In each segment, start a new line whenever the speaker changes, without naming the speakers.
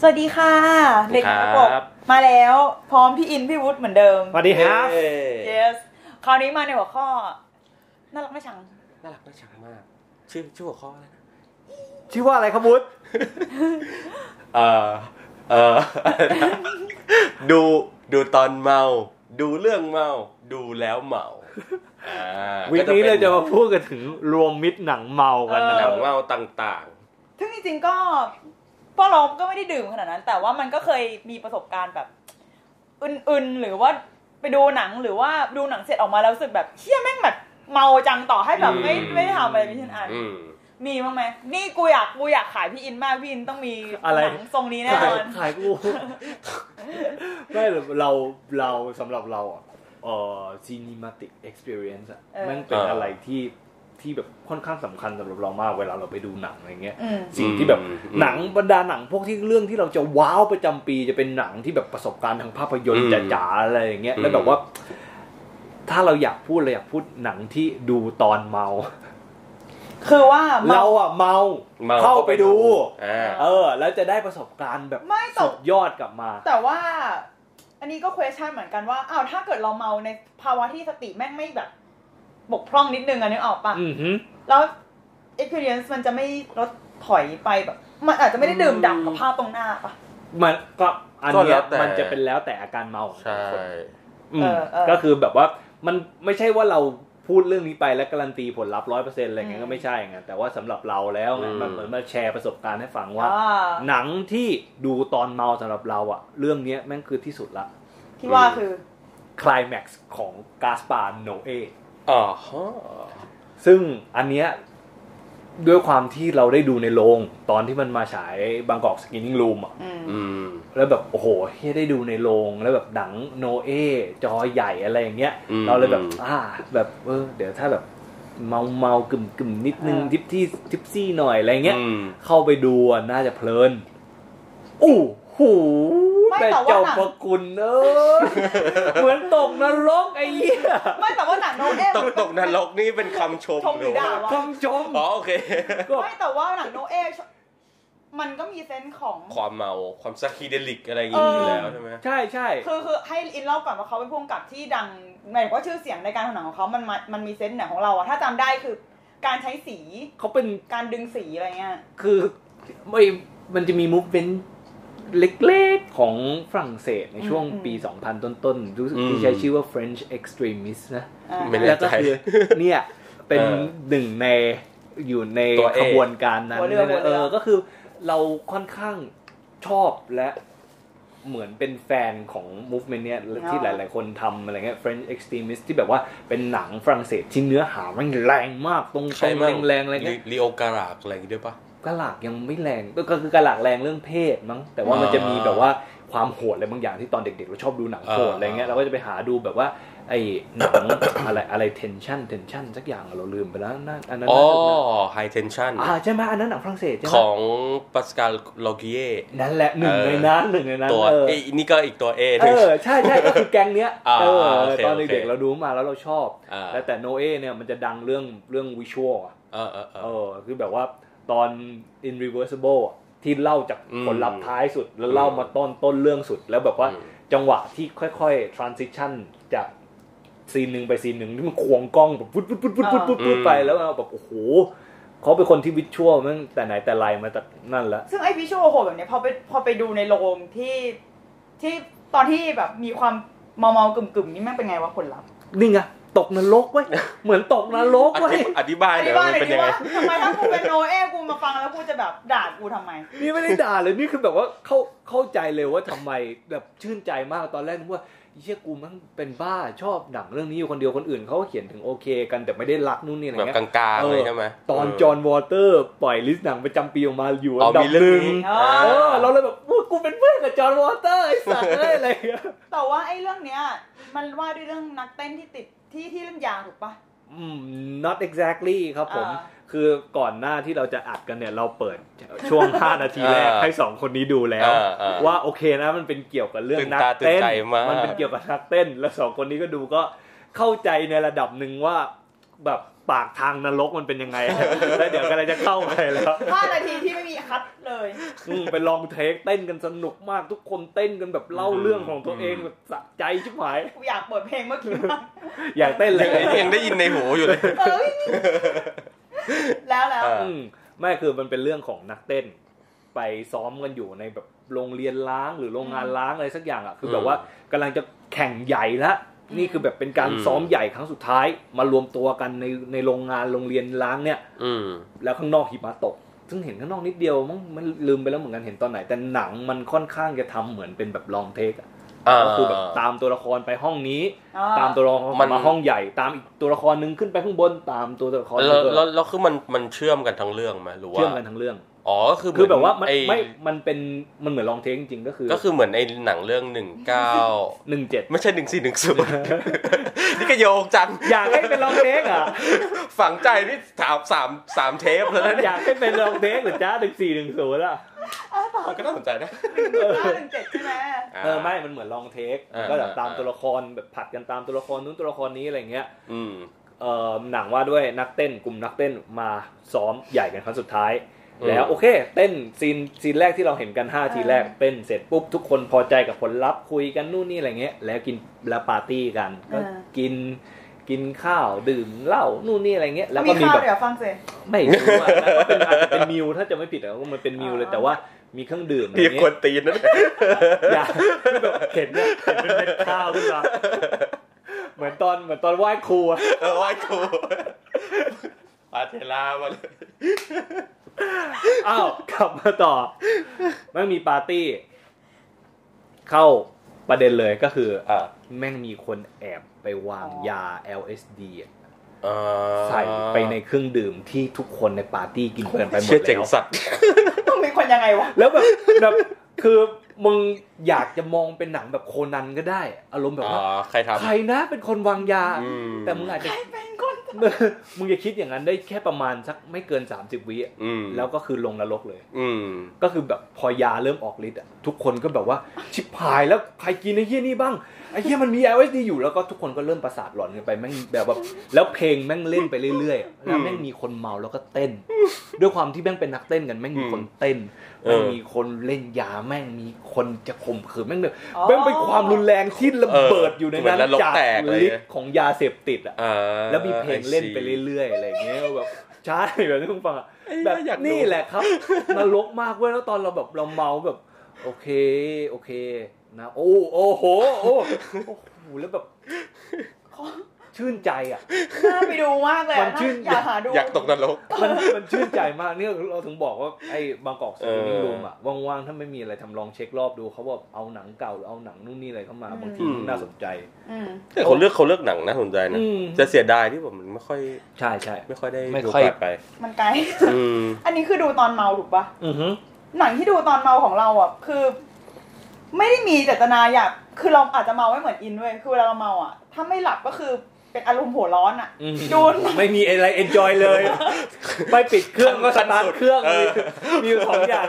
สวัสดีค่ะ เด็ก
ครับ
กบมาแล้วพร้อมพี่อินพี่วุฒิเหมือนเดิม
สวัสดีครับ
เย้
yes คราวนี้มาในหัวข้อ น่ารักไม่ชัง
น่ารักน่าชังมาก ชื่อชื่อหัวข้ออะไรนะ
ชื่อว่าอะไรครับวุฒิ
เออเออ ดูดูตอนเมา ดูเรื่องเมา ดูแล้วเมาอ่า
วิก
ก็
นี้
ป็
เราจะมาพูดกันถึงรวมมิตรหนังเมากันนะ
ห
ค
นั
รับ
งเมาต่าง
ซึ่งจริงๆก็พ่อเราก็ไม่ได้ดื่มขนาดนั้น แต่ว่ามันก็เคยมีประสบการณ์แบบอึนๆหรือว่าไปดูหนังหรือว่าดูหนังเสร็จออกมาแล้วรู้สึกแบบเชี่ยแม่งแบบเมาจังต่อให้
ๆ
แบบไม่
อื
ไม่ได้ทำอะไรไม่เช่นอัน
อืม
มีบ้างไหมนี่กูอยากกูอยากขายพี่อินมากพี่อินต้องมี
อะไร
หนังทรงนี้แน่น
ขาย
อน
ขายกู ไม่หรอกเราเราสำหรับเราอ่ะเอ่อ cinematic experience อ่ะ
เออ
มันเป็น
เอออ
อะไรที่ที่แบบค่อนข้างสำคัญสำหรับเรามากเวลาเราไปดูหนังอะไรเงี้ย
อืม
สิ่งที่แบบ
อืม
หนังบรรดาหนังพวกที่เรื่องที่เราจะว้าวประจำปีจะเป็นหนังที่แบบประสบการณ์ทางภาพยนต
อื
ร์
ม
จ๋าๆอะไรอย่างเงี้ย
อืม
แล้วแบบว่า ถ้าเราอยากพูดเราอยากพูดหนังที่ดูตอนเมา
คือว่ามา
เราอะเมา
เมา
เข้าไปดู
อ่า
เออ แล้วจะได้ประสบการณ์แบบ
ไม่ต
สุ
ก
ดยอดกลับมา
แต่ว่า อันนี้ก็ question เหมือนกันว่าอ้าวถ้าเกิดเราเมาในภาวะที่สติแม่งไม่แบบ บกพร่องนิดนึงอะนึกออกปะ
อือหือ
แล้ว experience มันจะไม่ลดถอยไปแบบ มันอาจจะไม่ได้ดื่มด่ำกับภาพตรงหน้าปะ
มันก็อัน
ก็แล้
เนี้ยว
แต่
มันจะเป็นแล้วแต่อาการเมาของ
ใช่
แต่ละคน อืม
เออเออ
ก็คือแบบว่ามันไม่ใช่ว่าเราพูดเรื่องนี้ไปแล้วการันตีผลลัพธ์ร้อยเปอร์เซ็นต์อะไรเงี้
อื
ย
ม
ก็ไม่ใช่ไงแต่ว่าสำหรับเราแล้วไง
อืม
มันเหมือนมาแชร์ประสบการณ์ให้ฟังว่า
อ่า
หนังที่ดูตอนเมาสำหรับเราอะเรื่องเนี้ยแม่งคือที่สุดละ
ที่ว่าคือ
คลายแม็กซ์ของกาสปาโนเอ
อ๋อฮะ
ซึ่งอันเนี้ยด้วยความที่เราได้ดูในโรงตอนที่มันมาฉายบางกอกสกินนิ่งรูมอะ
อืม
อืม
แล้วแบบโอ้โหเฮียได้ดูในโรงแล้วแบบหนังโนเอจอใหญ่อะไรอย่างเงี้ย
อืม
เราเลยแบบ
อืม
อ่าแบบเออเดี๋ยวถ้าแบบเมาเมากึ่มกึ่มนิดนึง
อ่า
ทิปที่ทิปซี่หน่อยอะไรเงี้ย
อืม
เข้าไปดูอ่ะน่าจะเพลินอู้หู
ไม่
แต่
แต่ว่า
เจ้า
หนัง
พระคุณเออ เหมือนตกนรกไอ้เหี้ย
ไม่แต่ว่าหนังโนเอ
ตกตกนรกนี่เป็นคำชม
ชมหรือด่าวะ
คำชม
อ๋อโอเค
ก็
ไม่แต่ว่าหนังโนเอมันก็มีเซนส์ของ
ความเมาความซักคีเดลิกอะไรอย่างงี้อยู่แล้วใช่ไหม
ใช่ใช่
คือคือให้อินเล่าก่อนว่าเขาเป็นผู้กำกับที่ดังหมายถึงว่าชื่อเสียงในการทำหนังของเขามันมามันมีเซนส์หนังของเราอะถ้าจำได้คือ การใช้สี
เขาเป็น
การดึงสีอะไรเงี้ย
คือไม่ มันจะมีมูฟเ e นเล็กๆ ของฝรั่งเศสในช่วง
อืมอืม
ปี 2000 ต้นๆ รู้สึก
อืม
ที่ใช้ชื่อว่า French Extremist นะ
อ่า
ไม่แน่
แล้วก็
ใจ
คือ เนี่ย เป็น
เออ
หนึ่งในอยู่ใน
ตัวเอก
ขบวนการนั้น
หัวเรือหัวเรือ
เออ ก็คือเราค่อนข้างชอบและเหมือนเป็นแฟนของ movement เนี้ยที่หลาย ๆ คนทำอะไรเงี้ย French Extremist ที่แบบว่าเป็นหนังฝรั่งเศสที่เนื้อหามันแรงมากตรง
ใครมั่ง
ๆแรงๆอะไรเงี้ย
ลีโอการากอะไรอย่างงี้ด้วยปะ
กะหลากยังไม่แรงก็ก็คือกะหลากแรงเรื่องเพศมั้งแต่ว่ามัน
อ่า
จะมีแบบว่าความโหดอะไรบางอย่างที่ตอนเด็กๆเราชอบดูหนังโหด
อ่า
อะไรเงี้ยเราก็จะไปหาดูแบบว่า ไอ้หนัง อะไรอะไรเทนชั่นเทนชั่นสักอย่างเราลืมไปแล้วนั่นอันนั้น
๋อ
น่าจะเป็น
ไฮเทนชัน
อ่าใช่ไหมอันนั้นหนังฝรั่งเศสใช่ไห
ข
ม
องป a สกาลโลกิเย
นั่นแหละหนึ่ง
เออ
ในนั้นหนึ่งในนั้น
ตัว
เออ
เอยนี่ก็อีกตัวเอห
เอ
นึ่ง
อใช่ใช่ก็คือแก๊งเนี้ย
อ่า
เออ
โอเค
ตอน
โอเค
เด็กๆเราดูมาแล้วเราชอบ
อ่า
แล้วแต่โนเอเนี่ยมันจะดังเรื่องเรื่องวิชวลอะ
เออเออเอ
เอ
อ
อคือแบบว่าตอน in reversible อะที่เล่าจาก
อืม
ผลลัพธ์ท้ายสุด แล้ว
อืม
เล่ามาต้นต้นเรื่องสุด แล้วแบบว่า
อืม
จังหวะที่ค่อยๆ transition จากซีนหนึ่งไปซีนหนึ่งที่มันควงกล้องแบบปุ๊บปุ๊บปุ๊บปุ๊บปุ๊บปุ๊บปุ๊บไปแล้วเราแบบโอ้โหเขาเป็นคนที่วิชวลมั้งแต่ไหนแต่ไรมาแต่นั่นละ
ซึ่งไอพิชโอโหแบบเนี้ยพอไปพอไปดูในโรงที่ที่ตอนที่แบบมีความเมาเมากึ่มกึ่มๆนี่แม่งเป็นไงวะผลลัพธ์
นี่ไงตกนรกเว้ย เหมือนตกนรก
อ
เว้ย
ธิบอธิบาย
อ
หน่
ธิ
อย
บายหน่
ว่ามัน
อย
เป็น
ดิ
ยังไง
ว่า ทำไมถ้ากูเป็นโน เอกูมาฟังแล้วกูจะแบบด่ากูทำไม
นี่ไม่ได้ด่าเลยนี่คือแบบว่าเข้าเข้าใจเลยว่าทำไมแบบชื่นใจมากตอนแรกนึกว่าเชี่ยกูมันเป็นบ้าชอบหนังเรื่องนี้อยู่คนเดียวคนอื่นเขาก็เขียนถึงโอเคกันแต่ไม่ได้รักนู่นนี่อะไร
แบบ
เงี้ย
กลางๆ
เออ
เลยใช่ไหม
ตอน
เ
จอห์นวอเตอร์ ปล่อยลิสต์หนังประจำปีออกมาอยู่
อ๋อ
อันดับ
มีเรื่อง
หนึ่ง
นี้
อ๋อ
เออเราเลยแบบว่ากูเป็นเพื่อนกับจอห์นวอเตอร์ไอ้สัตว์เอ้ยอะไรเงี้ย
แต่ว่าไอเรื่องเนี้ย มันว่าด้วยเรื่องนักเต้นที่ติดที่ที่เล่นยาถูกปะ
อืม not exactly ครับผม
อ่า
คือก่อนหน้าที่เราจะอัดกันเนี่ยเราเปิดช่ว ง 5 นาทีแรก
อ่า
ให้สองคนนี้ดูแล้ว
อ่าอ่า
ว่าโอเคนะมันเป็นเกี่ยวกับเรื่อง
ตื่น
นัก
ตาตื่น
เต้น
ใจมาก
มันเป็นเกี่ยวกับนักเต้น แล้วสองคนนี้ก็ดูก็เข้าใจในระดับหนึ่งว่า แบบปากทางนรกมันเป็นยังไง แล้วเดี๋ยวกำลังจะเข้าไปแล้ว
ห้านาทีที่ไม่มีค คัดเลย
อืมไปลองเทคเต้นกันสนุกมากทุกคนเต้นกันแบบเล่าเรื่องของตัวเองแบบสะใจชิบหาย
กูอยากเปิดเพลงเมื่อกี้มาก
อยากเต้นเลย
ยังได้ยินในหูอยู่เลย
เอ้ย แล้วแล้ว
เออ
อืมไม่คือมันเป็นเรื่องของนักเต้น ไปซ้อมกันอยู่ในแบบโรงเรียนล้างหรือโรงงานล้างอะไรสักอย่างอ่ะคือแบบว่ากำลังจะแข่งใหญ่ละนี่คือแบบเป็นการ
อืม
ซ้อมใหญ่ครั้งสุดท้าย มารวมตัวกันในในโรงงานโรงเรียนล้างเนี่ย
อืม
แล้วข้างนอกหิมะตก ซึ่งเห็นข้างนอกนิดเดียวมั้งมันลืมไปแล้วเหมือนกันเห็นตอนไหน แต่หนังมันค่อนข้างจะทำเหมือนเป็นแบบลองเทคอะก็คือแบบตามตัวละครไปห้องนี้
อ๋อ
ตามตัวละคร
มัน
มาห้องใหญ่ ตามอีกตัวละครหนึงขึ้นไปข้างบนตามตัวละครห
แล้ว
นึ่ง
แล้วแล้วคือมันมันเชื่อมกันทั้งเรื่องไหมหรือว่า
เชื่อมกันทั้งเรื่อง
อ๋อก็คือ
คือแบบว่ามัน
ไอ้
ไม่ มันเป็น มันเหมือนลองเทคจริงๆ ก็คือ
ก็คือเหมือนไอ้หนังเรื่องหนึ่งเก้า
หนึ่งเจ็ด
ไม่ใช่หนึ่งสี่หนึ่งศูนย์ นี่ก็โยงจัง
อยากให้เป็นลองเทค อ่ะ
ฝังใจนี่สามสามสามเทปแล้วนะ
อ
เนี่ย
ยากให้เป็นลองเทคหรือจ้าหนึ่งสี่หนึ่งศูนย์อ่ะ
อ้าวต่อ
มันก็น่าสนใจนะ
ห้าหนึ่งเจ็ดใช่ไหม
า
เออ ไม่ มันเหมือนลองเทค
อ่า
ก็แบบตาม
อ่า
ตัวละครแบบผลัดกันตามตัวละครนู้นตัวละครนี้อะไรเงี้ย
อืม
เอ่อหนังว่าด้วยนักเต้นกลุ่มนักเต้นมาซ้อมใหญ่กันครั้งสุดท้าย
อืม
แล้วโอเค เต้นซีนซีนแรกที่เราเห็นกัน5ทีแรกเต้นเสร็จปุ๊บทุกคนพอใจกับผลลัพธ์คุยกันนู่นนี่อะไรเงี้ยแล้วกินแล้วปาร์ตี้กันก็กินกินข้าวดื่มเหล้านู่นนี่อะไรเงี้ยแล้วก็มี
ข้าว
แบบ
เดี๋ยวฟังสิ
ไม่รู้อะแล้วก็เป็นอาจจะเป็นมิวถ้าจะไม่ผิดอะก็มันเป็นมิวเลย
อ๋อ
แต่ว่ามีเครื่อง ดื่มอะไร
มี
เงี้ย
คนตีนนั่น
อยากคือแบบเห็นเนี่ยเห็นเป็นเม็ดข้าวขึ้นมาเหมือนตอนเหมือนตอนไหว้ครูอะ
เออไหว้ครูปาเทลามาเลย
อ้าวกลับมาต่อแม่งมีปาร์ตี้ เข้าประเด็นเลยก็คือ
อ่ะ
แม่งมีคนแอบไปวางยา LSD อะ
เอ่อ
ใส่ไปในเครื่องดื่มที่ทุกคนในปาร์ตี้กินกันไปหมด
เชื่อ
แล้
เจ๋ง
ว
สัตว์
ต้องมีคนยังไงวะ
แล้วแบบแบบคือมึงอยากจะมองเป็นหนังแบบโคนันก็ได้ อารมณ์แบบ
อ๋อ
ว่า
ใครทำ
ใครนะเป็นคนวางยา
อืม
แต่มึงอาจจะ
ใครเป็นคน
มึงจะคิดอย่างนั้นได้แค่ประมาณสักไม่เกิน 30วิอะ
อืม
แล้วก็คือลงนรกเลย
อืม
ก็คือแบบพอยาเริ่มออกฤทธิ์อะทุกคนก็แบบว่าชิบหายแล้วใครกินไอ้เหี้ยนี่บ้างไอ้เหี้ยมันมี LSD อยู่แล้วก็ทุกคนก็เริ่มประสาทหลอนกันไปแม่งแบบแบบแล้วเพลงแม่งเล่นไปเรื่อยๆอะแล้วแม่งมีคนเมาแล้วก็เต้น ด้วยความที่แม่งเป็นนักเต้นกันแม่งมีคนเต้น
เออ
แม่งมีคนเล่นยาแม่งมีคนจะข่มขืนแม่งแบบแม่งเป็นความรุนแรงที่ระเบิดอยู่ในนั้น
เหมือนนรก
จาก
แตกเลย
ฤทธิ์ของยาเสพติดอะ
อ่า
แล้วมีเพลงเล่นไปเรื่อยๆอะไรอย่างเงี้ยแบบใช่แบบที่คุณฟังอะแบบ
อยากดู
นี่แหละ ครับนรกมากเว้ยแล้วตอนเราแบบเราเมาแบบ โอเคโอเคนะโอ้โอ้โหโอ้โอ้โหแล้วแบบชื่นใจอ่ะ
น่าไปดูมากเลย
มันชื่น
อยากหาดู
อยากตกนรก
มันมันชื่นใจมากเนี่ยเราถึงบอกว่าไอ้บางกอกซีรีส์
เออ
รูมอ่ะว่างๆถ้าไม่มีอะไรทำลองเช็ครอบดูเขาบอกเอาหนังเก่าหรือเอาหนังนู่นนี่อะไรเข้ามาบางที
อืม
น่าสนใจ
อืม
แต่เขาเลือกเขาเลือกหนังน่าสนใจนะ
อืม
จะเสียดายที่ผมไม่ค่อย
ใช่ใช่
ไม่ค่อยได้
ไม่
ดู
ค่อย
กลับไป
มันไกล
อืม
อันนี้คือดูตอนเมาถูกปะ
อือฮึ
หนังที่ดูตอนเมาของเราอ่ะคือ ไม่ได้มีเจตนาอยากคือเราอาจจะเมาไม่เหมือนอินเว้ยคือเวลาเราเมาอ่ะ ถ้าไม่หลับก็คือเป็นอารมณ์หัวร้อนอ่ะ
อือฮึ
ดูหนัง
ไม่มีอะไรเอนจอยเลย ไปปิดเครื่องก็สตาร์ทเครื่อง
เออ
มีอยู่สองอย่าง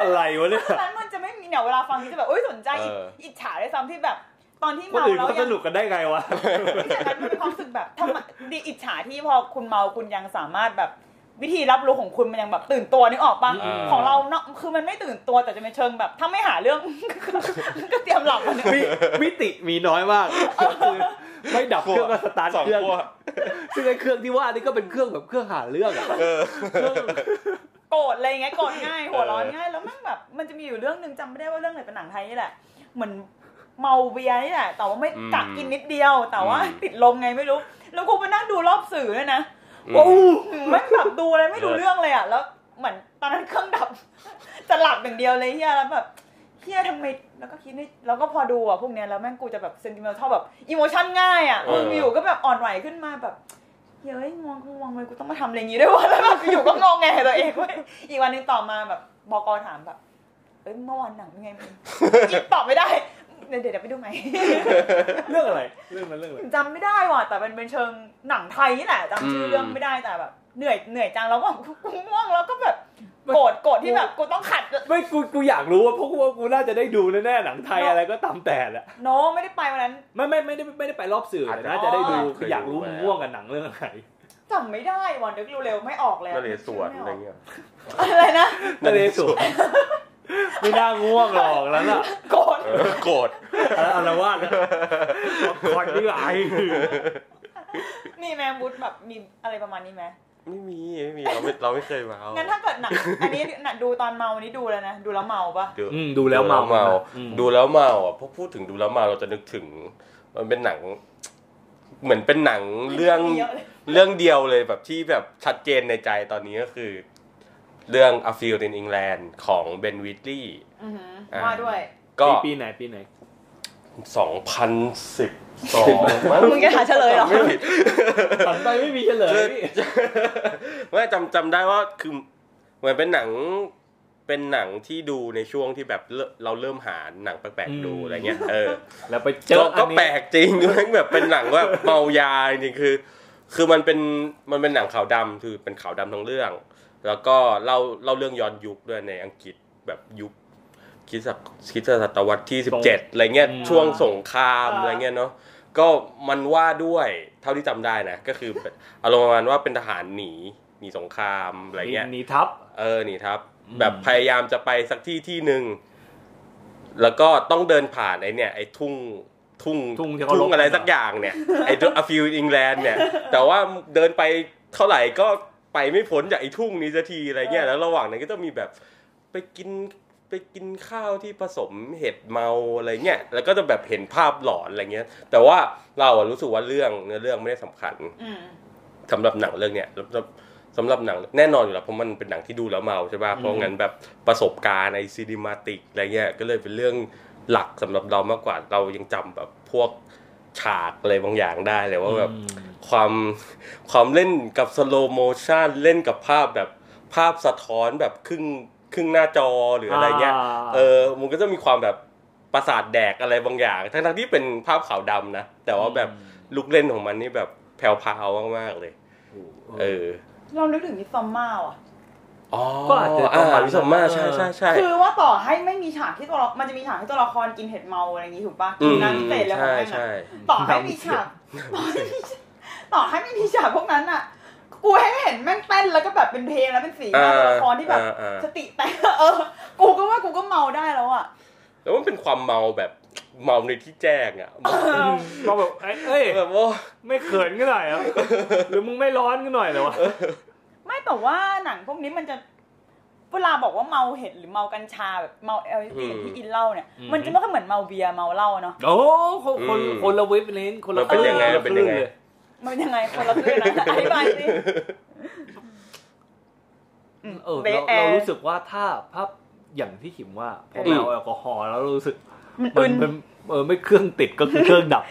อะไรวะเนี่ย
เพราะฉะนั้นมันจะไม่มีเนี่ยเวลาฟังนี่จะแบบโอ๊ยสนใจ
เอออิ
อิจฉาด้วยซ้ำที่แบบ ตอนที่
คน
เมา
อื่น
แล้ว
เขา
ยั
ส
ง
นุกกันได้ไงวะ
แต่นั้นมันเป็นความรู้สึกแบบทำไมดีอิจฉาที่พอคุณเมาคุณยังสามารถแบบวิธีรับรู้ของคุณมันยังแบบตื่นตัวนึกออกปะ
อืม
ของเราเนาะคือมันไม่ตื่นตัวแต่จะเป็นเชิงแบบถ้าไม่หาเรื่อง ก็เตรียมหลับมัน
มิมิติมีน้อยมากคือไม่ดับเครื่องก็สตาร์ท
สอง
เครื่อง
พวก
ซึ่งไอ้เครื่องที่ว่านี่ก็เป็นเครื่องแบบเครื่องหาเรื่องอะ
เออ
เครื่อง
โกรธอะไรอย่างเงี้ยโกรธง่ายหัวร้อน
เออ
ง่ายแล้วแมันแบบมันจะมีอยู่เรื่องหนึ่งจำไม่ได้ว่าเรื่องไหนเป็นหนังไทยนี่แหละเหมือนเมาเบียร์นี่แหละแต่ว่าไม่
อืม
กักกินนิดเดียว แต่ว่า
อืม
ติดลมไงไม่รู้ แล้วกูไปนั่งดูรอบสื่อด้วยนะ
อืม
โอ้โหแมันแบบดูอะไรไม่รู้เรื่องเลยอ่ะแล้วเหมือนตอนนั้นเครื่องดับ จะหลับอย่างเดียวเลยเฮียแล้วแบบเฮียทำไมแล้วก็คิดนี่แล้วก็พอดูอ่ะพวกเนี้ยแล้วแม่งกูจะแบบเซนติเมนทัลแบบอิโมชันง่ายอ่ะ
เออ
มึงอยู่ก็แบบอ่อนไหวขึ้นมาแบบ เฮ้ยงวงง่วงเลยกูต้องมาทำอะไรอย่างนี้ด้วยวะ แล้วแบบอยู่ก็งงไงตัวเองเว้ยอีกวันหนึงต่อมาแบบบกถามแบบเอ้ยเมื่อวานหนัง เป็นไงมึงอีกตอบไม่ได้เดี๋ยวเดี๋ยวไปดูไหม
เรื่องอะไร เรื่องมันเรื่องอะไร
จำไม่ได้ว่ะแต่เป็นเป็นเชิงหนังไทยนี่แหละจำชื่อเรื่องไม่ได้แต่แบบ เหนื่อยเหนื่อยจังแล้วก็ กูง่วงแล้วก็แบบโกรธโกรธที่แบบกูต้องขัด
ไม่กูกูอยากรู้ว่าเพราะกูว่ากูน่าจะได้ดูแน่ๆหนังไทยอะไรก็ตามแต่แหละ
โนไม่ได้ไปวันนั้น
ไม่ไม่ไม่ได้ไม่ได้ไปรอบสื่อ
อาจจะ
นะจะได้ดู
อ๋อเคยดู
อยากรู้
ไป
มัน
แล้ว
ม่วงกับหนังเรื่องอะไร
จำไม่ได้วันนึกเร็วๆไม่ออกแล้ว
นเรศวรอะไรเงี้ย
อะไร นะ
นเรศวร ไม่น่าง่วงหรอกแล้วล่ะ
โกรธ
เออโกรธ
อะไรอะไรวะคอนนี่ไอ
มีแมมบูธแบบมีอะไรประมาณนี้ไหม
ไม่มีไม่มีเราไม่เราไม่เคยเมา
งั้นถ้าเกิดหนังอันนี้หนังดูตอนเมาอันนี้ดูแล้วนะดูแล้วเมาปะ
ดู
อืมดูแล้วเมา
เมา
อืม
ดูแล้วเมาอ่ะพอพูดถึงดูแล้วเมาเราจะนึกถึง มันเป็นหนัง เหมือนเป็นหนังเรื่อง
มียะลย
เรื่องเดียวเลยแบบที่แบบชัดเจนในใจตอนนี้ก็คือ เรื่อง A Field in England ของเบนวิตลี่
อือหือ
อ่ะ
ว่าด้วย
ก็
ปีปีไหนปีไหน
2012มั้ง
มึงจะหาเฉลยเหรอ
ไม่ผิด
ตัดไปไม่มีเฉลย
คือไม่จำจำได้ว่าคือเหมือนเป็นหนังเป็นหนังที่ดูในช่วงที่แบบเลิเราเริ่มหาหนังแปลกๆดูอะไรเงี้ยเออ
แล้วไปเจ
ก็
ออั
ก็
นนี้
แปลกจริง แม่งแบบเป็นหนังแบบเมายาจริงๆคือ คือมันเป็นมันเป็นหนังขาวดำคือเป็นขาวดำทั้งเรื่อง แล้วก็เล่าเล่าเรื่องย้อนยุคด้วยในอังกฤษแบบยุคคริดสักคริดศตวรรษที่ 17อะไรเงี้ยช่วงสงครามอะไรเงี้ยเนาะก็มันว่าด้วยเท่าที่จำได้นะ ก็คือเป็นอารมณ์ประมาณว่าเป็นทหารหนีหนีสงครามอะไรเงี้ย
หนีทับ
เออนี่ครับ
อืม
แบบพยายามจะไปสักที่ที่หนึ่งแล้วก็ต้องเดินผ่านไอเนี่ย ไอทุ่งทุ่ง
ทุ่งที่เขารบ
ทุ่งอะไรสักอย่างเนี่ย ไออาฟิลอิงแลนด์เนี่ย แต่ว่าเดินไปเท่าไหร่ก็ไปไม่พ้นจากไอทุ่งนี้สักทีอะไรเงี้ยแล้วระหว่างนั้นก็จะมีแบบไปกินไปกินข้าวที่ผสมเห็ดเมาอะไรเงี้ยแล้วก็จะแบบเห็นภาพหลอนอะไรเงี้ย แต่ว่าเราอะรู้สึกว่าเรื่องเนื้อเรื่องไม่ได้สำคัญ
อืม
สำหรับหนังเรื่องเนี้ยสำหรับสำหรับหนังแน่นอนอยู่แล้วเพราะมันเป็นหนังที่ดูแล้วเมาใช่ป่ะ
อืม
เพราะงั้นแบบประสบการณ์ในซีนิมาติกอะไรเงี้ยก็เลยเป็นเรื่องหลักสำหรับเรามากกว่าเรายังจำแบบพวกฉากอะไรบางอย่างได้เลยว่าแบบ
อืม
ความความเล่นกับสโลโมชันเล่นกับภาพแบบภาพสะท้อนแบบครึ่งครึ่งหน้าจอหรืออะไรเงี้ย
อ่า
เออมันก็จะมีความแบบประสาทแดกอะไรบางอย่าง ทั้งทั้งๆที่เป็นภาพขาวดำนะ แต่ว่าแบบลูกเล่นของมันนี่แบบแผ่วๆมากๆเลย เออ
เรานึกถึงมิสซอมมาว่ะ
อ๋อ
ก็อาจจะประมาณ
อ่ามิสมา
นั้น
ใช่
เออ
ใช่ใช่
คือว่าต่อให้ไม่มีฉากที่ตัวละมันจะมีฉากที่ตัวละครกินเห็ดเมาอะไรอย่างงี้ถูกปะ
อื
กิน
ม
น้ำพิเศษแล้วของ
ใช่
แม่งอะ
ใช่
ต่อให้มีฉากต่อให้มีฉากต่อให้ไม่มีฉากพวกนั้นอ่ะ กูให้เห็นแม่งเต้นแล้วก็แบบเป็นเพลงแล้วเป็นสีหน้าตัวละครที่แบบ
อ่าอ่า
สติแตก เออ กูก็ว่ากูก็เมาได้แล้วอ่ะ
แล้วมันเป็นความเมาแบบเมาในที่แจ้งอ่ะ
ก็แบบเอ้ยเอ้ย
แบบว่า
ไม่เขินกันหน่อยเหรอหรือมึงไม่ร้อนกันหน่อยเหรอวะ
ไม่แต่ว่าหนังพวกนี้มันจะเวลาบอกว่าเมาเห็ดหรือเมากัญชาแบบเมาเอลซีที่กินเหล้าเนี่ย
อืม
มันจะไม่ค่อยเหมือนเมาเบียร์เมาเหล้าเนาะ
โอ้คนคนคนละเว็บเลนคน
มั
ละ
นเป็นยังไง
คละ
มันเป็นยังไง
คลื่ล
มันยังไงคนละเรื่องนะอธิบายสิม
เออ
บ๊ะ
เรา
แอ
เรารู้สึกว่าถ้าภาพอย่างที่ขิมว่าพอ
เออ
เราแอลกอฮอล์แล้วเรารู้สึก
มัน
มั
อึ
น
น
มันเออไม่เครื่องติดก็คือเค รื่องดับ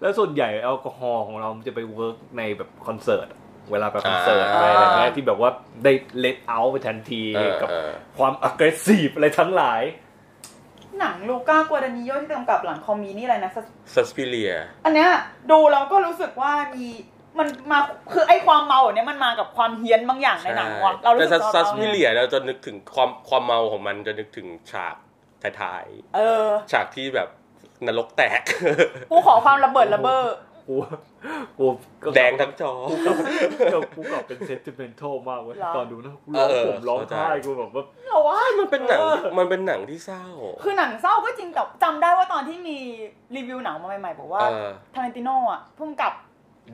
แล้วส่วนใหญ่แอลกอฮอล์ของเรามันจะไปเวิร์กในแบบคอนเสิร์ตอะเวลาไปคอนเสิร์ต
อ่า
อะไรอย่างเงี้ยที่แบบว่าได้เลทเอาไปทันที
เออ
กับ
เออ
ความ agressive อะไรทั้งหลาย
หนังลูก้ากัวดานิโยที่กำกับหลังคอมมีนี่อะไรนะ
สัสพิเลีย
อันเนี้ยดูเราก็รู้สึกว่ามีมันมาคือไอ้ความเมาเนี่ยมันมากับความเฮี้ยนบางอย่างในหนังว่ะเรารู้
แต่
สึก
ซัส
เรา
มิเลียเราจะนึกถึงความความเมาของมันจะนึกถึงฉากท้าย
เออ
ๆฉากที่แบบนรกแตก
กูขอความระเบิดระเบ้อ
กูกูก็
แดงทั้งจอ
ก็กูกลับเป็น sentimental มากเว้ยตอนดูนะกู
เอ
ร้อ
อ
งผมร้อง
เข้าใจ
ไห้กูแบบว่า
เราว่า
มันเป็นหนัง
เออ
มันเป็นหนังที่เศร้า
คือหนังเศร้าก็จริงแต่จำได้ว่าตอนที่มีรีวิวหนังมาใหม่ๆบอกว่า
เออ
ทารันติโน่อ่ะพุ่มกับ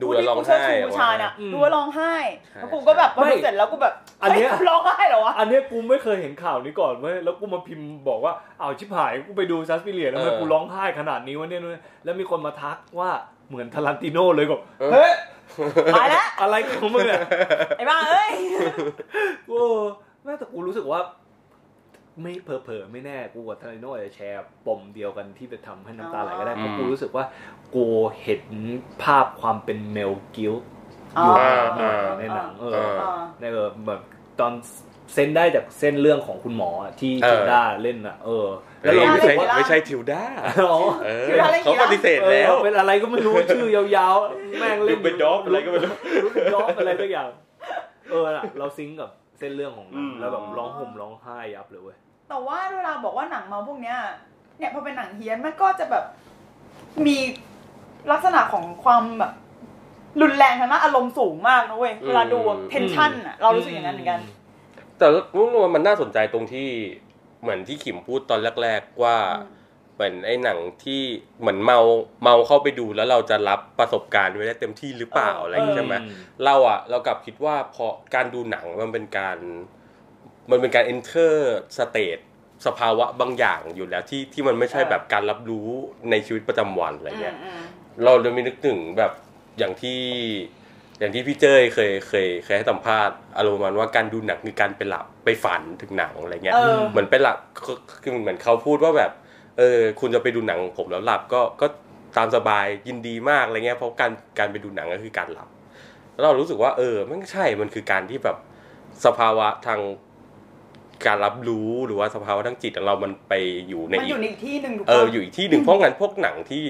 ดูแล้วร้องไห้
ผู้ที่กูเชิดชูบูชาเนี่ย
อืม
ดูแล้วร้องไห้
ใช่
แล้วกูก็แบบพอ
ไม่
ดูเสร็จแล้วกูแบบ
อันเนี้ย
ฮ้ร้องไห้เหรอวะ
อันเนี้ยกูไม่เคยเห็นข่าวนี้ก่อนเว้ย แล้วกูมาพิมพ์บอกว่าอ้าวชิบหายกูไปดูซัสปิเลียแล้วทำไม
เออ
กูร้องไห้ขนาดนี้วะเนี่ยนู่นแล้วมีคนมาทักว่าเหมือนทารันติโน่เลยก็
เออ
เฮ้ย
ตายแล้ว
อะไรของมึงเนี่ย
ไอ้บ้าเอ้ย
โอ้แม่แต่กูรู้สึกว่า ไม่เผลอๆไม่แน่กูกับทารันติโน่อาจจะแชร์ปมเดียวกันที่ไปทำให้น้ำตาไหลก็ได้เพราะกูรู้สึกว่ากูเห็นภาพความเป็นเมลกิลอยู่
อ๋อ
ในหนังเอ
เอ
อ
อ
อ่า
ในแบบแบบตอนเส้นได้จากเส้นเรื่องของคุณหมออะที่
เออ
จินด้าเล่นอ่ะ เออ แล้วเรา
เอ้ยไม่
รู้สึ
ใช่
กว่า
ไม่ใช่ทิวด้า
อ๋อ
เออ
ทิวดาเล่นกีฬา
เขาปฏิเสธแล้ว
เออเป็นอะไรก็ไม่รู้ ชื่อยาวๆ แม่งเล่น
ลูกเป็นด็อกอะไรก็ไม่รู้
ลูกเป็นด็อกอะไรสักอย่าง เออน่ะ เราซิงก์กับเส้นเรื่องของมั
อื
น
ม
แล้วแบบร้องห่มร้องไห้ยับเลยเว้ย
แต่ว่าเวลาบอกว่าหนังเมาพวกเนี้ย เนี่ยพอเป็นหนังเฮี้ยนมันก็จะแบบมีลักษณะของความแบบ รุนแรงทางด้านอารมณ์สูงมากนะเว้ยเวลาดู
อืม
เทนชั่นอะเรารู้สึกอย่างนั้นเหมือนกัน
แต่รู้สึกว่ามันน่าสนใจตรงที่เหมือนที่ขิมพูดตอนแรก ๆ ว่าเหมือนไอ้หนังที่เหมือนเมาเมาเข้าไปดูแล้วเราจะรับประสบการณ์ไว้ได้เต็มที่หรือเปล่า
เอออ
อะไรอย่างงี้ใช่ไหม
อืม
เราอะเรากลับคิดว่าพอการดูหนังมันเป็นการ มันเป็นการ enter state สภาวะบางอย่างอยู่แล้วที่ที่มันไม่ใช่แบบการรับรู้ในชีวิตประจำวันอะไรเงี้ย
อืม
เราจะมีนึกถึงแบบอย่างที่อย่างที่พี่เจ้ยเคยเคยเคยให้สัมภาษณ์อารมณ์ประมันว่าการดูหนังคือการไปหลับไปฝันถึงหนังอะไรเงี้ย
เออ
เหมือนไปหลับคือคือเหมือนเขาพูดว่าแบบเออคุณจะไปดูหนังของผมแล้วหลับก็ก็ตามสบายยินดีมากอะไรเงี้ยเพราะการการไปดูหนังก็คือการหลับ แล้วเรารู้สึกว่า เออมันใช่มันคือการที่แบบสภาวะทางการรับรู้หรือว่าสภาวะทางจิตของเรามันไปอยู่ใน
มัน
อี
อก ยู่ในอีกที่หนึ่งถูก
เอ
ปะ
ออยู่อีกที่หนึ่งเพราะงั้นพวกหนังที่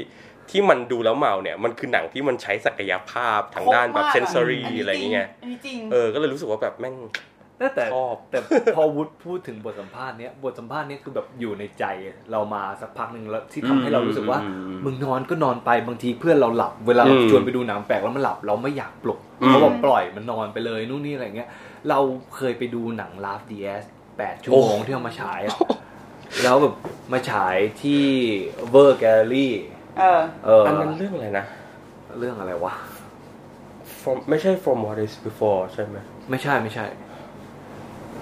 ที่มันดูแล้วเมาเนี่ยมันคือหนังที่มันใช้ศักยภาพทางด้านแบบเซนซอรี่
นนี้
อะไรอย่างเงี้ย
จริอันนี้จริง
เออก็เลยรู้สึกว่าแบบแม่ง
แต่แต่
ชอบ
แต่พอวุฒิพูดถึงบทสัมภาษณ์เนี้ยบทสัมภาษณ์เนี้ยคือแบบอยู่ในใจเรามาสักพักหนึ่งแล้วที่ทำให้เรารู้สึกว่า
อืม
มึงนอนก็นอนไปบางทีเพื่อนเราหลับ เวลา
อืม
ชวนไปดูหนังแปลกแล้วมันหลับเราไม่อยากปลุก
อืม
เขาบอกปล่อยมันนอนไปเลยนู่นนี่อะไรเงี้ย เราเคยไปดูหนัง Love DS แปดชั่วโมง
โอ้
ที่เอามาฉาย อะแล้วแบบมาฉายที่เวอร์แกลเลอรี่
เออ
เออ
อันนั้นเรื่องอะไรนะ
เรื่องอะไรวะ
from ไม่ใช่ from what is before ใช่ไหม
ไม่ใช่ไม่ใช่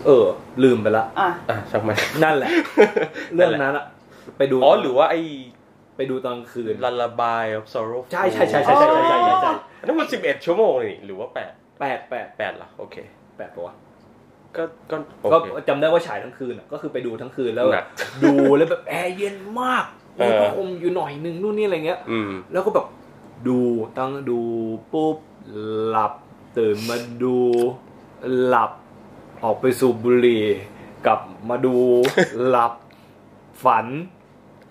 เออ ลืมไปละ
อ่ะ
อ่ะช่างมัน
นั่นแหละ เรื่องนั้นอะไปดู
อ๋อหรือว่าไอ้
ไปดูตอนกลางคืน
ลัลลาบาย of sorrow
ใช่ใช่ใช่ใช่ใช่ใช่ใช่ใช่ใช่
อันนั่นมันสิบเอ็ดชั่วโมงนี่หรือว่าแปด
แปดแปด
แปดเหรอโอเค
แปดปะวะ
ก็ก็โอ
ก็
เค
จำได้ว่าฉายทั้งคืนอะก็คือไปดูทั้งคืนแล้ว
หนัก
ดูแล้วแบบแอร์เย็นมาก
เอ
มี
อ
ผ้าห่มอยู่หน่อยนึงนู่นนี่อะไรเงี้ย
อืม
แล้วก็แบบดูตั้งดูปุ๊บหลับตื่นมาดูหลับ ออกไปสูบบุหรี่กลับมาดู หลับฝัน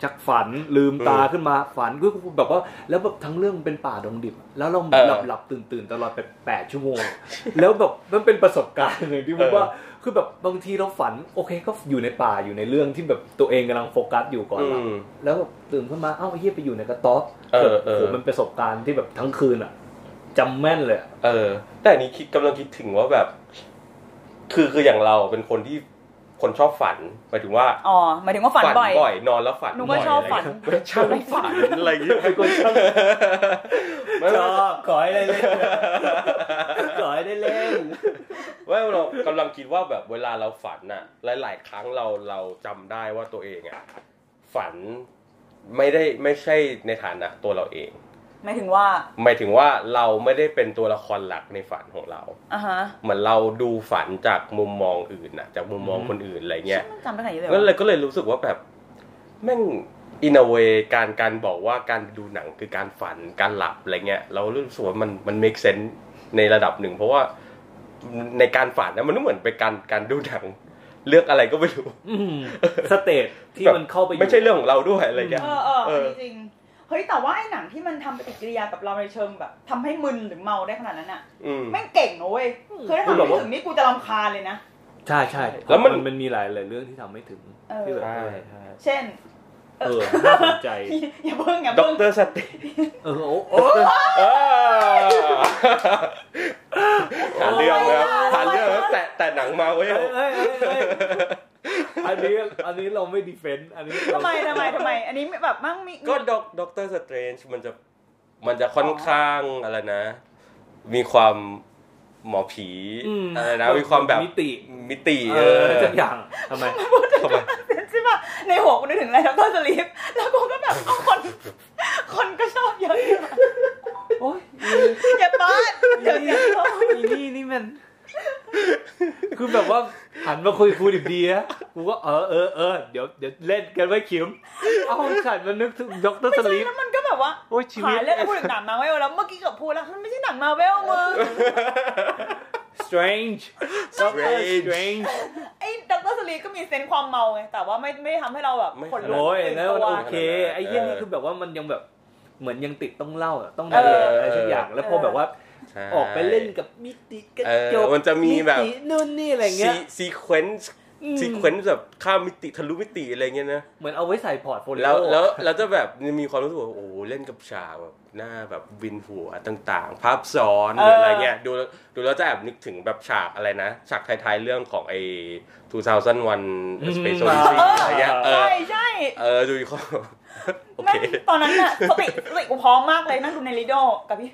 ชักฝันลืมตา
เออ
ขึ้นมาฝันก็แบบว่าแล้วแบบทั้งเรื่องมันเป็นป่าดงดิบ แล้วเรา
เออ
หลับหลับตื่นตื่นตลอดแปดแปดชั่วโมง แล้วแบบมันเป็นประสบการณ์เลยที่ผม
เออ
ว่าคือแบบบางทีเราฝันโอเคก็อยู่ในป่าอยู่ในเรื่องที่แบบตัวเองกำลังโฟกัสอยู่ก่อน
อื
หลับ
ม
แล้วแบบตื่นขึ้นมา เอ้าไอ้เฮียไปอยู่ในกระต๊อบ
เออเออ
โโหมันประสบการณ์ที่แบบทั้งคืนอ่ะจำแม่นเลยอะ
เออ แต่อันนี้คิดกำลังคิดถึงว่าแบบ คือคืออย่างเราเป็นคนที่คนชอบฝันหมายถึงว่า
อ๋อ หมายถึงว่าฝันบ่อย
บ่อย นอนแล้วฝัน
หนูก็
บ่ย
ชอบฝัน
ะไรเงี้ยเป็นช่างฝันอะไรอย่างเงี้ย
เป็นคนชอบ
ไม่
ชอบขอให้ได้เล่น ขอให้ได้เล่น
ไม่เรากำลังคิดว่าแบบเวลาเราฝันน่ะ หลาย ๆ ครั้งเราเราจำได้ว่าตัวเองอ่ะฝันไม่ได้ไม่ใช่ในฐานะตัวเราเอง
หมายถึงว่า
หมายถึงว่าเราไม่ได้เป็นตัวละครหลักในฝันของเรา
อ่ะฮะ
เหมือนเราดูฝันจากมุมมองอื่นน่ะ จากมุมมอง
อืม
คนอื่นอะไรเงี้ย
จำได้ขนาดนี้เลย
ก็
วะ
เลยก็เลยรู้สึกว่าแบบแม่งอินเวการการบอกว่าการดูหนังคือการฝันการหลับอะไรเงี้ยเรารู้สึกว่ามันมันเมคเซนส์ในระดับหนึ่ง เพราะว่าในการฝันนะมันไม่เหมือนเป็นการการดูหนัง เลือกอะไรก็ไม่รู้
อืมสเตจที่มันเข้าไปอยู่
ไม่ใช่เรื่องของเราด้วยอะไรเงี้ย
เออเออ
เออ
น
อั
นี้จริง เฮ้ย แต่ว่าไอ้หนังที่มันทำปฏิกิริยากับเราในเชิงแบบทำให้มึนหรือเมาได้ขนาดนั้นอะ
อืม
แม่งเก่งนะเว้ย
อืม
คือถ้าทำไม่ถึงนี่กูจะรำคาญเลยนะ
ใช่ใช่
แล้วมัน
มันมีหลายหลายเรื่องที่ทำไม่ถึง
เออ
ที่แบบ
เช่น
เออน่าสนใจ
อย่าเพิ่งอย่า
ด็อ
เพิ่
ก
ง
เตอร์สติ
เออโอ้โห
หาเรื่องนะครับหาเรื่องนะแต่แต่หนังมาเว้ย
เอ้ยเอ้ยเอ้ยเอ้ยอันนี้อันนี้เราไม่ดีเฟนต์อันนี้เรา
ทำไมทำไมทำไม อันนี้แบบมั่งมี
ก็ด็อกด็อกเตอร์สเตรนจ์มันจะมันจะค่อนข้างอะไรนะ มีความหมอผี
อืม
อะไรนะมีความแบบ
มิติ
มิติ
เอ
เอ
อ
อ
ทุกอย่างทำไม
ทำไม
ใช่ป่ะในหัวกูนึกถึงอะไรแล้วก็สลีปแล้วกูก็แบบ เอ้าคน คนก็ชอบเยอะอยู่อะ
โอ้ย
อย่าป้านเดี๋ยวเดี๋ยว
อีนี่นี่มัน คือแบบว่าหันมาคุยกูดิบดีนะกูก็เออเออเออเดี๋ยวเดี๋ยวเล่นกันไว้คิม เอาขันมานึกถึงด็อกเตอร์สลีป
แล้วมันก็แบบว่า
โอ้ยชี
หา
วิต
ยเรื่องไอ้พูดถึงหนังมาเวลแล้วเมื่อกี้เกับพูดแล้วมันไม่ใช่หนังมาเวลมึง
strange Doctor strange
ไอ้ดักเตอร์สลีปก็มีเซนส์ความเมาไงแต่ว่าไม่ไม่ได้ทำให้เราแบบขนลุก
โอ้ย
ตื่น
แล้ว
ตัว
โอเค ไอ้เยี่ยนี่คือแบบว่ามันยังแบบเหมือนยังติดต้องเล่าอะต้อง
เอ
เล่า
อ
อะไรสักอย่างแล้วพอแบบว่า
ใช่
ออกไปเล่นกับมิติกระจก
เออมันจะมีแบบ
ตินู่นนี่อะไร
ซี
เงี้ย
ซีเควนซ์ ซีเควนซ์แบบข้ามมิติทะลุมิติอะไรเงี้ยนะ
เหมือนเอาไว้ใส่พอร์ตโฟลิโอ
แล้วแล้วแล้วจะแบบมีความรู้สึกว่าโอ้โหเล่นกับฉากแบบหน้าแบบวินหัวต่างๆ ภาพซ้อนห
เออ
รืออะไรเงี้ยดูแล้วดูแล้วจะแอบนึกถึงแบบฉากอะไรนะ ฉากท้ายๆเรื่องของไอ้ทูซาวซันวันสเปซโซลิซีอะไรเงี้ยเออ
ใช่ใช่
เออดูอีกข้อโอ
แม่
เค
งตอนนั้นน่ะสติสติกูพร้อมมากเลยนั่งดูในลิโดกับพี่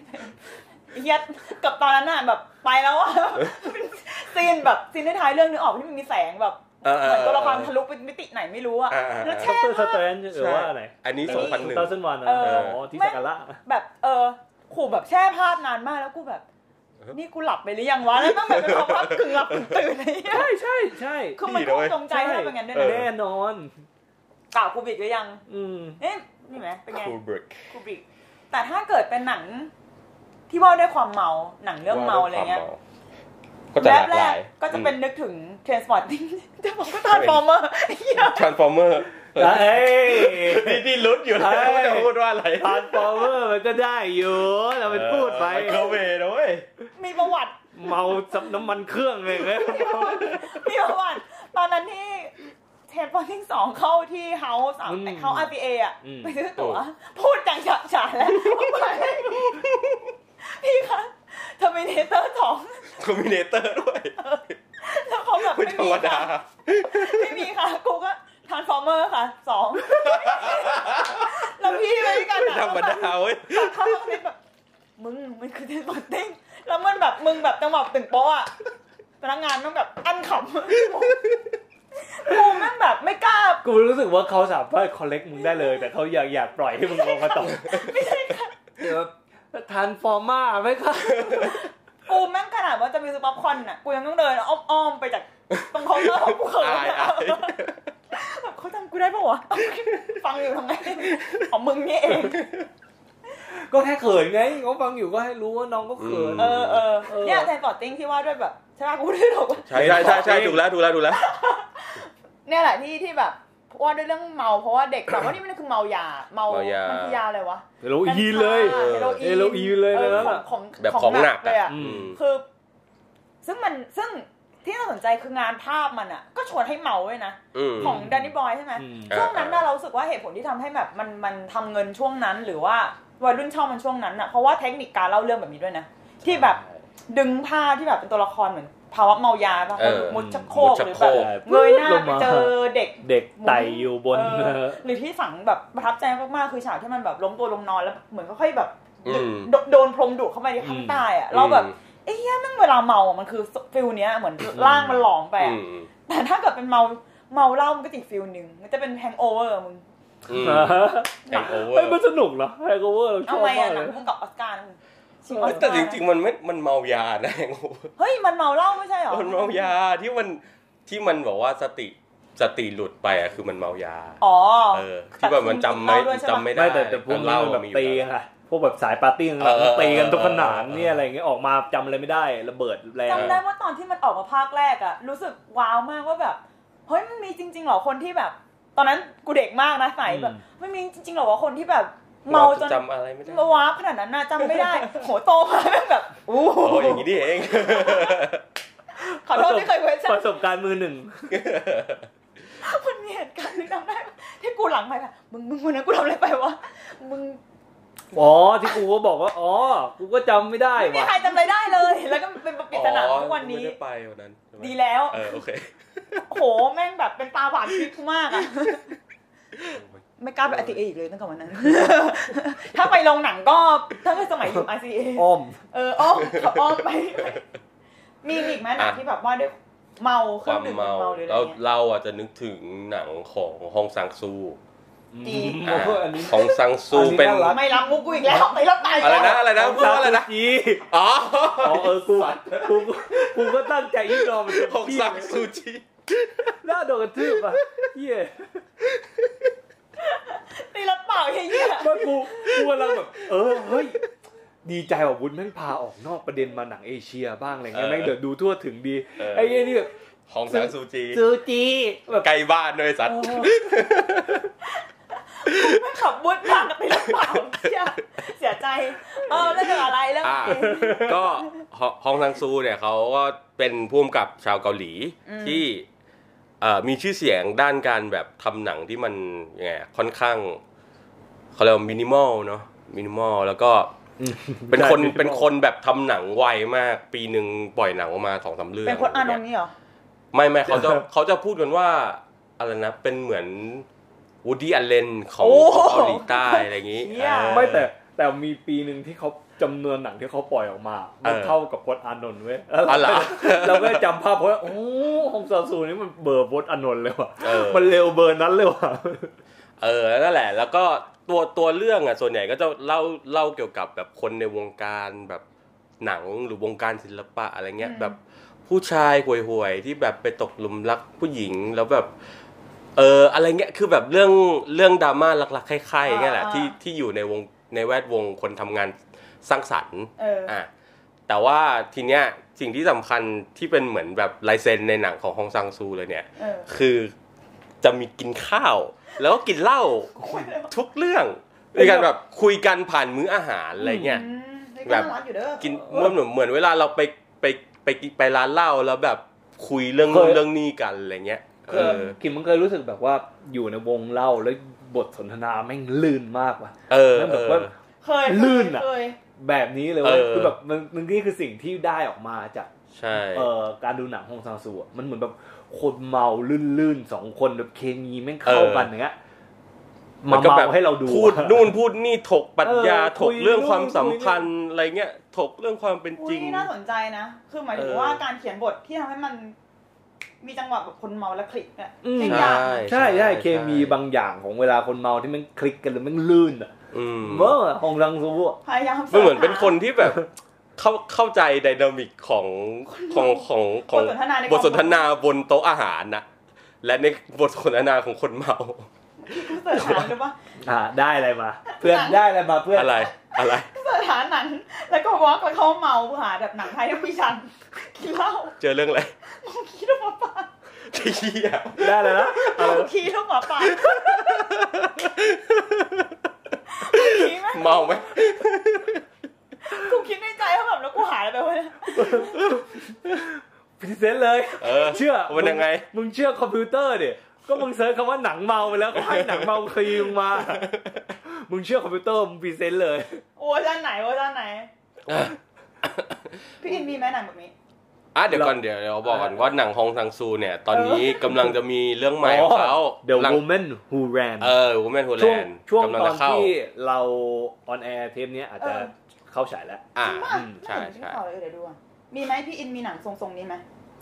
เฮียกับตอนนั้นน่ะแบบไปแล้วอะ ซีนแบบซีนท้ายๆเรื่องนึงออกที่มันมีแสงแบบ
เออเออ
เหมือนตัวละครทะลุไปมิติไหนไม่รู้อะ
เออเออ
แล้ว
ด็
เท่
อกเต
มา
อร์ส
ก
เตรนจ์หรือว่าอะไร
อันนี้ 2001
ตอนเส้นวันนะ
เออ
อ๋อที่สักการะ
แบบเออขู่แบบแช่ภาพนานมากแล้วกู แบบ นี่กูหลับไปหรือยังวะแล้วตั้งแต่เป็นความภาพกึ่งหลับกึ่งตื่นอะไรเงี้ย
ใช่ใช่ใช่
คือมัน
ดี
คง
นะเว้ย
จงใจให้เราเป็นอย่างนั้นด้วยนะ
แน่นอน
กล่าวกูบิดหรือยัง
อืม
เอ๊ะนี่ไหมเป็นไง
คูบริก
กูบิดแต่ถ้าเกิดเป็นหนังที่ว่าด้วยความเมาหนังเรื่องเมาอะไรเงี้ย
ก็จะห
แบ
ลา
บ
ก
แร
หลาก ย
ก็จะเป็นนึกถึงเทรนสปอร์ตติ้งแต่ผมก็ตอนฟอร์มเม อร์เหี้ย
ทรานส์ฟอร์เมอร์
เอ้ ย
นี่นี่ลุ้นอยู่นะ
เอ้ย
ว่าจะพูดว่าอะไร
ทาร์ฟอร์เมอร์มันก็ได้อยู่เราเป็นพูดไป
เออมันก็เวนะเว้ย
มีประวัติ
เมาซับน้ำมันเครื่องเลยไหม
มีประวัติตอนนั้นที่เทปวันที่สองเข้าที่เฮาสาม
อืม
เฮาอาร์พีเออะ
อืม
ไปซื้อตั๋ว
โอ้
พูดจังฉะฉานแล้ว พี่คะทอมินเตอร์สอง
คอมบิเนเตอร์ด้วย
แล้วเขาแบบ
ไม่
ไม่
ธร
มี
รมดา
ค่ะไม่มีค่ะกูก็ทานฟอร์เมอร์ค่ะสองแล้วพี่ไปด้วยกัน
ไม่
อะ
ธรรมดาเว้ย
เขาก็เลยแบบมึงมันคือเทนบอลติ้งแล้วมันแบบมึงแบบจังหวะตึงโป๊ะอะพนักงานมันแบบอันขำกูแม่งแบบไม่กล้า
กูรู้สึกว่าเขาสามารถคอลเลกมึงได้เลย แต่เขาอยากอยากปล่อยให้มึงลงมาต่อเดี๋ยวทานฟอร์มาไหมครับ
กูแม่งขนาดว่าจะมีซื้อป๊อปคอร์นน่ะ กูยังต้องเดินอ้อมๆไปจากตรงเคาน์เตอร์ของกูเขิน
อาย
อะ
อาย
แบบเขาจำกูได้ปะวะ ฟังอยู่ทำไมของมึงนี่เอง
ก็แค่เขินไงเขาฟังอยู่ก็ให้รู้ว่าน้องก็เขิน
เออเออ
เออ
เนี่ยแทนปอร์ตติ้งที่ว่าด้วยแบบใช่ปะกูได้หรอกว่า
ใช่ใช่ใช่ใช่ถูกแล้วถูกแล้วถูกแล้ว
เนี่ยแหละที่ที่แบบว่าด้วยเรื่องเมาเพราะว่าเด็กแต่ว่านี่มันคือเมายา เมา
เมายามั
นคือยาอะไรวะ
เฮโรอีนเลย
กัญชาเฮโรอีน
เฮโรอีนเลย
ออ
แล้วน่ะ
ของ
แบบของหนัก
เลย
อ่ะ
อะ
อืม
คือ ซึ่งมันซึ่งที่น่าสนใจคืองานภาพมันอ่ะ ก็ชวนให้เมาด้วยนะ
อืม
ของแดนนี่บอยใช่ไหม
อืม
ช่วงนั้นน่ะ
อ่า
เรารู้สึกว่าเหตุผลที่ทำให้แบบมันมันทำเงินช่วงนั้น หรือว่าวัยรุ่นชอบมันช่วงนั้นอ่ะเพราะว่าเทคนิคการเล่าเรื่องแบบนี้ด้วยนะ ที่แบบดึงผ้าที่แบบเป็นตัวละครเหมือนภาวะเมายาป่ะ
เออ
มุดชักโคร
มุ
ก
ดชั
หรื
ก
อ
โค
แบ
ร
บ
ก
เงยหน้า
ลง
ไป
มา
เจอเด็ก
เด็กไต่อยู่บน
เออหรือที่ฝังแบบประทับใจมากๆคือฉากที่มันแบบล้มตัวลงนอนแล้วเหมือนค่อยๆแบบ
อืม
โดโดนพรมดูดเข้าไปที่ข้างใต้อ่ะเราแบบไอ้เหี้ยแม่งเวลาเมาอ่ะมันคือฟิลเนี้ยเหมือนร่างมันหลองไป
อื
อ่ะ
ม
แต่ถ้าเกิดเป็นเมาเมาเหล้ามันก็ติดฟิลหนึ่งมันจะเป็นแฮงโอเวอร์มึง
อืมแฮงโอเวอ
เฮ้ย
ร์
มันสนุกเหรอแฮงโอเวอร์เราช
เอา
อบ
ไง
มา
อะ
ก
ห
เล
นัง
ย
พุ่งกับออสการ์นะมึงชิงออส
แต่
การ์
จริงๆมันไม่มันเมายานะแฮง โอเวอร์
เฮ้ยมันเมาเหล้าไม่ใช่หรอ
มันเมายาที่มันที่มันบอกว่าสติสติหลุดไปอ่ะคือมันเมายา
อ๋อ
เออที่แบบมันจำไม่
แต่คุณกินเหล้าด้วยใช่ปะ
จำไม่ได้
ไม่แต่แต่พวกนี้
เล่า
มันแบบ
มีอยู่
ตี
ล้ว
กันค่ะพวกแบบสายปาร์ตี้กัน
เออเออ
ตีกันทุกขนาด
เออเออ
เนี่ยอะไรอย่างเงี้ยออกมาจำอะไรไม่ได้ระเบิดแรง
จำได้ว่าตอนที่มันออกมาภาคแรกอะรู้สึกว้าวมากว่าแบบเฮ้ยมันมีจริงๆเหรอคนที่แบบ ตอนนั้นกูเด็กมากนะใส่แบบไม่มีจริงๆเหรอว่าคนที่แบบ เมาจน
จำอะไรไม่ได้
มาว้าขนาดนั้นน่ะจำไม่ได้ โหโตมาแม่งแบบอู้
โอ้อย่างนี้นี่เอง
ขอโทษที่เคยเวชั่น
ประสบการณ์มือหนึ่ง
มันมีเหตุการณ์ที่จำได้ปะที่กูหลังไปแบบมึงมึงวันนั้นกูทำอะไรไปวะมึง
อ๋อที่กูก็บอกว่า อ๋อ กูก็จำไม่ได้
ไม่มี
ว่ะ
ใครจำอะไรได้เลย แล้วก็เป็นปริศนาทุกวันนี้
อ๋อไม่ได้ไปวันนั้นใช่ไหม
ดีแล้ว
เออโอเค
โหแม่งแบบเป็นตาหวานพิษกูมากอะไม่กล้าไปอติเออีกเลยตั้งแต่วันนั้น ถ้าไปโรงหนังก็ถ้าเป็นสมัยอยู่ RCA
อ้อม
เอออ้อมขออ้อมไป มีอีกไหมหนัง
อ่ะ
ที่แบบว่าด้วยเมาเค
ค
รื่อ
วาง ม
ดื่ม
เมา
เมาหรืออะไร
เรา
เงี้ย
เราอาจจะนึกถึงหนังของฮองซังซู
ดี
อ่า
อันนี้
ฮองซังซู
อันนี้
เป็น
น่ารัก
ไม่รับมุกกูอีก แล้วไม่รับตาย
อะไร
แล้ว
นะอะไรนะพูดว่าอะไรนะ
จี
อ๋อ
อ๋อเออกูกูกูกูก็ตั้งใจอีกรอมันจะ
ฮองซังซูจิ
น่าโดนกระทืบอ่ะเหี้ย
ไม่รับเปล่าเฮีย
ว่ากูกูกำลังแบบ เออเฮ้ย ดีใจว่าวุ้นแม่งพาออกนอกประเด็นมาหนังเอเชียบ้างอะไรเงี้ยแม่งเดี๋ยวดูทั่วถึงดีไอ้เหี้ยนี่แบบ
ฮองซังซูจิ
ซูจีแบบ
ไกลบ้านด้วยสัตว์
ไม่ขับบุญทางกันไปรับเปล่าเฮียเสียใจ เออแล้วเรื่องอะไรเรื่อง
อ่า
เอง
ก็ฮองซังซูเนี่ยเขาก็เป็นผู้กำกับชาวเกาหลีที่ เอ่อมีชื่อเสียงด้านการแบบทำหนังที่มันยังไงอะค่อนข้างเขาเรียกมินิมอลเนาะมินิมอลแล้วก็เป็นคน
ได้ minimal
เป็นคนแบบทำหนังไวมาก ปีหนึ่งปล่อยหนังออกมาสองสามเรื่อง
เป็นคนอ่านตรงนี้เหรอ
ไม่ไม่ เขาจะเขาจะพูดกันว่าอะไรนะเป็นเหมือนวูดี้อัลเลนของ
โอ้
ของเกาหลีใต้อะไรอย่างนี้
เชี่ย
เออ
ไม่แต่แต่มีปีหนึ่งที่เขาจำนวนหนังที่เขาปล่อยออกมา
เออ
เท่ากับพจน์อานนท์เว้ยแล้ว
อ๋อ
เรา
เหรอ
เราก็จำภาพเพราะว่าโอ้หงสาวสูนี่มันเบอร์พจน์อานนท์เลยว่ะ
เออ
มันเร็วเบอร์นั้นเลยว่ะ
เออ นั่นแหละ แล้วก็ตัวตัวเรื่องอ่ะ ส่วนใหญ่ก็จะเล่าเล่าเกี่ยวกับแบบคนในวงการแบบหนังหรือวงการศิลปะอะไรเงี้ย
อืม
แบบผู้ชายห่วยๆที่แบบไปตกหลุมรักผู้หญิงแล้วแบบ เอออะไรเงี้ย คือแบบเรื่องเรื่องดราม่ารักๆคล้ายๆเงี้ยแหละที่ที่อยู่ในวงในแวดวงคนทำงานสร้างสรรค์
เออ
อ่ะแต่ว่าทีเนี้ยสิ่งที่สำคัญที่เป็นเหมือนแบบลายเซ็นในหนังของฮองซังซูเลยเนี่ย
เออ
คือจะมีกินข้าว แล้วก็กินเหล้าทุกเรื่องมีการแบบคุยกันผ่านมื้ออาหารอะไรเงี้ย
อืมนี่
แบ
ก็
บ
น่ารักอยู่เด้อ
กินเหมือนเหมือนเวลาเราไปไปไปกินไปร้านเหล้าแล้วแบบคุยเรื่อง
เคย
เรื่องนี้กันอะไรเงี้ยเออ
กิมมันเคยรู้สึกแบบว่าอยู่ในวงเล่าแล้วบทสนทนาแม่งลื่นมากว่ะ
เออ
แม่ง
เอ
แบบ
อ
ว่า
เคย
ลื่นอะ
เคย
แบบนี้เลยเว้ย
เออ
คือแบบมันมันนี่คือสิ่งที่ได้ออกมาจาก
ใช่
เอ่อการดูหนังฮงซางซูอะมันเหมือนแบบคนเมาลื่นๆสองคนแบบเคมีแม่งเข้ากันอย่างเงี้ยมาเมาให้เราดู
พูด
อะ
นู่นพูดนี่ถกปรัชญา
เออ
ถ
คุ
ก
ย
เรื่องความ
นู่นคุย
สัมพันธ์อะไรเงี้ยถกเรื่องความเป็น
อุ๊
จ
ย
ริง
นี่น่าสนใจนะ คือหมายถึง
เออ
ว่าการเขียนบทที่ทำให้มัน มีจังหวะแบบคนเมาและคลิกเนี่ย
อืม
เป็นอย่าง
ใช่ใช่เคมีบางอย่างของเวลาคนเมาที่แมันคลิกกันหรือแมันลื่นอ่ะ
อืม
เว้อฮงซางซูอะ
พยายาม
มันเหมือนเป็นคนที่แบบเข้าเข้าใจไดนามิกของของของข
บท
อง
สนทนาใน
บทสนทนาบนโต๊ะอาหารนะและในบทสนทนาของคนเมา
เสิร์ชหาหรือว่า
อ่าได้อะไรมา เพื่อนได้อะไรมาเพื่อน
อะไรอะไร
เสิร์ชหาหนัง แล้วก็วอล์กแล้วเขาเมาหาแบบหนังไทยที่พี่ชันกินเหล้า
เจอเรื่องอะไร
เมาขี้แล้วหมาป่า
เฮีย
ได้อะไรนะอะไร
เมา
นะ
ขี้แล้วหมาป่าขี้ไหม
เมาไหม
กูคิดในใจว่าแบบแล้วกูหายไปเว้ย
พรีเซนต์เลย
เออ
เชื่อ
มันยังไง
มึมึงเชื่อคอมพิวเตอร์ดิก็มึงเซิร์ชคำว่าหนังเมาไปแล้ว ก็ให้หนังเมาคลีมึง มา มึงเชื่อคอมพิวเตอร์มึงพรีเซนต์เลย
โอ้ยด้านไหนโอ้ยด้านไหน พี่อินมีไหมหนังแบบนี้
อ่ะเดี๋ยวก่อนเดี๋ยวเราบอกก่อนว่าหนังฮองซังซูเนี่ย ตอนนี้กำลังจะมีเรื่องใหม่ของเขา
The
หลัง
Woman Who Ran
เออ Woman Who
ช่วง
Ran
ช่วง
กำลัง
ตอ
จะ
น
เข้า
ที่เราออนแอร์เทปเนี้ยอาจจะ
เออ
เข้าฉายแล้ว
อ่า
จริงป่ะ
อืมใช่
ไม่เห็น
ใช่
พี่ข่าวเลยเดี๋ยวดูอ่ะมีไหมพี่อินมีหนังทรงทรงๆนี้ไหม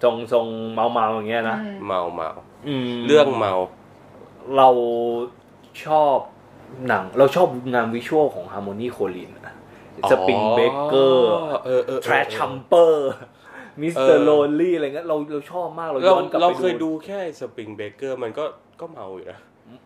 ทรงทรงเมาเมาๆอย่างเงี้ยนะ
อืม
เมาเมา
อืม
เรื่องเมา
เราชอบหนัง เราชอบงานวิชวลของฮาร์โมนีโคลินสปริงเบเกอร์
เออเออเออ
ทรัชชัมเปอร์ มิสเต
เอ
อ
อ
ร์โลนลี่อะไรเงี้ยเราเราชอบมากเรา
เรา
ย้อนกลับ
เรา
ไป
เคยดูแค่สปริงเบเกอร์มันก็ก็เมาอยู่นะ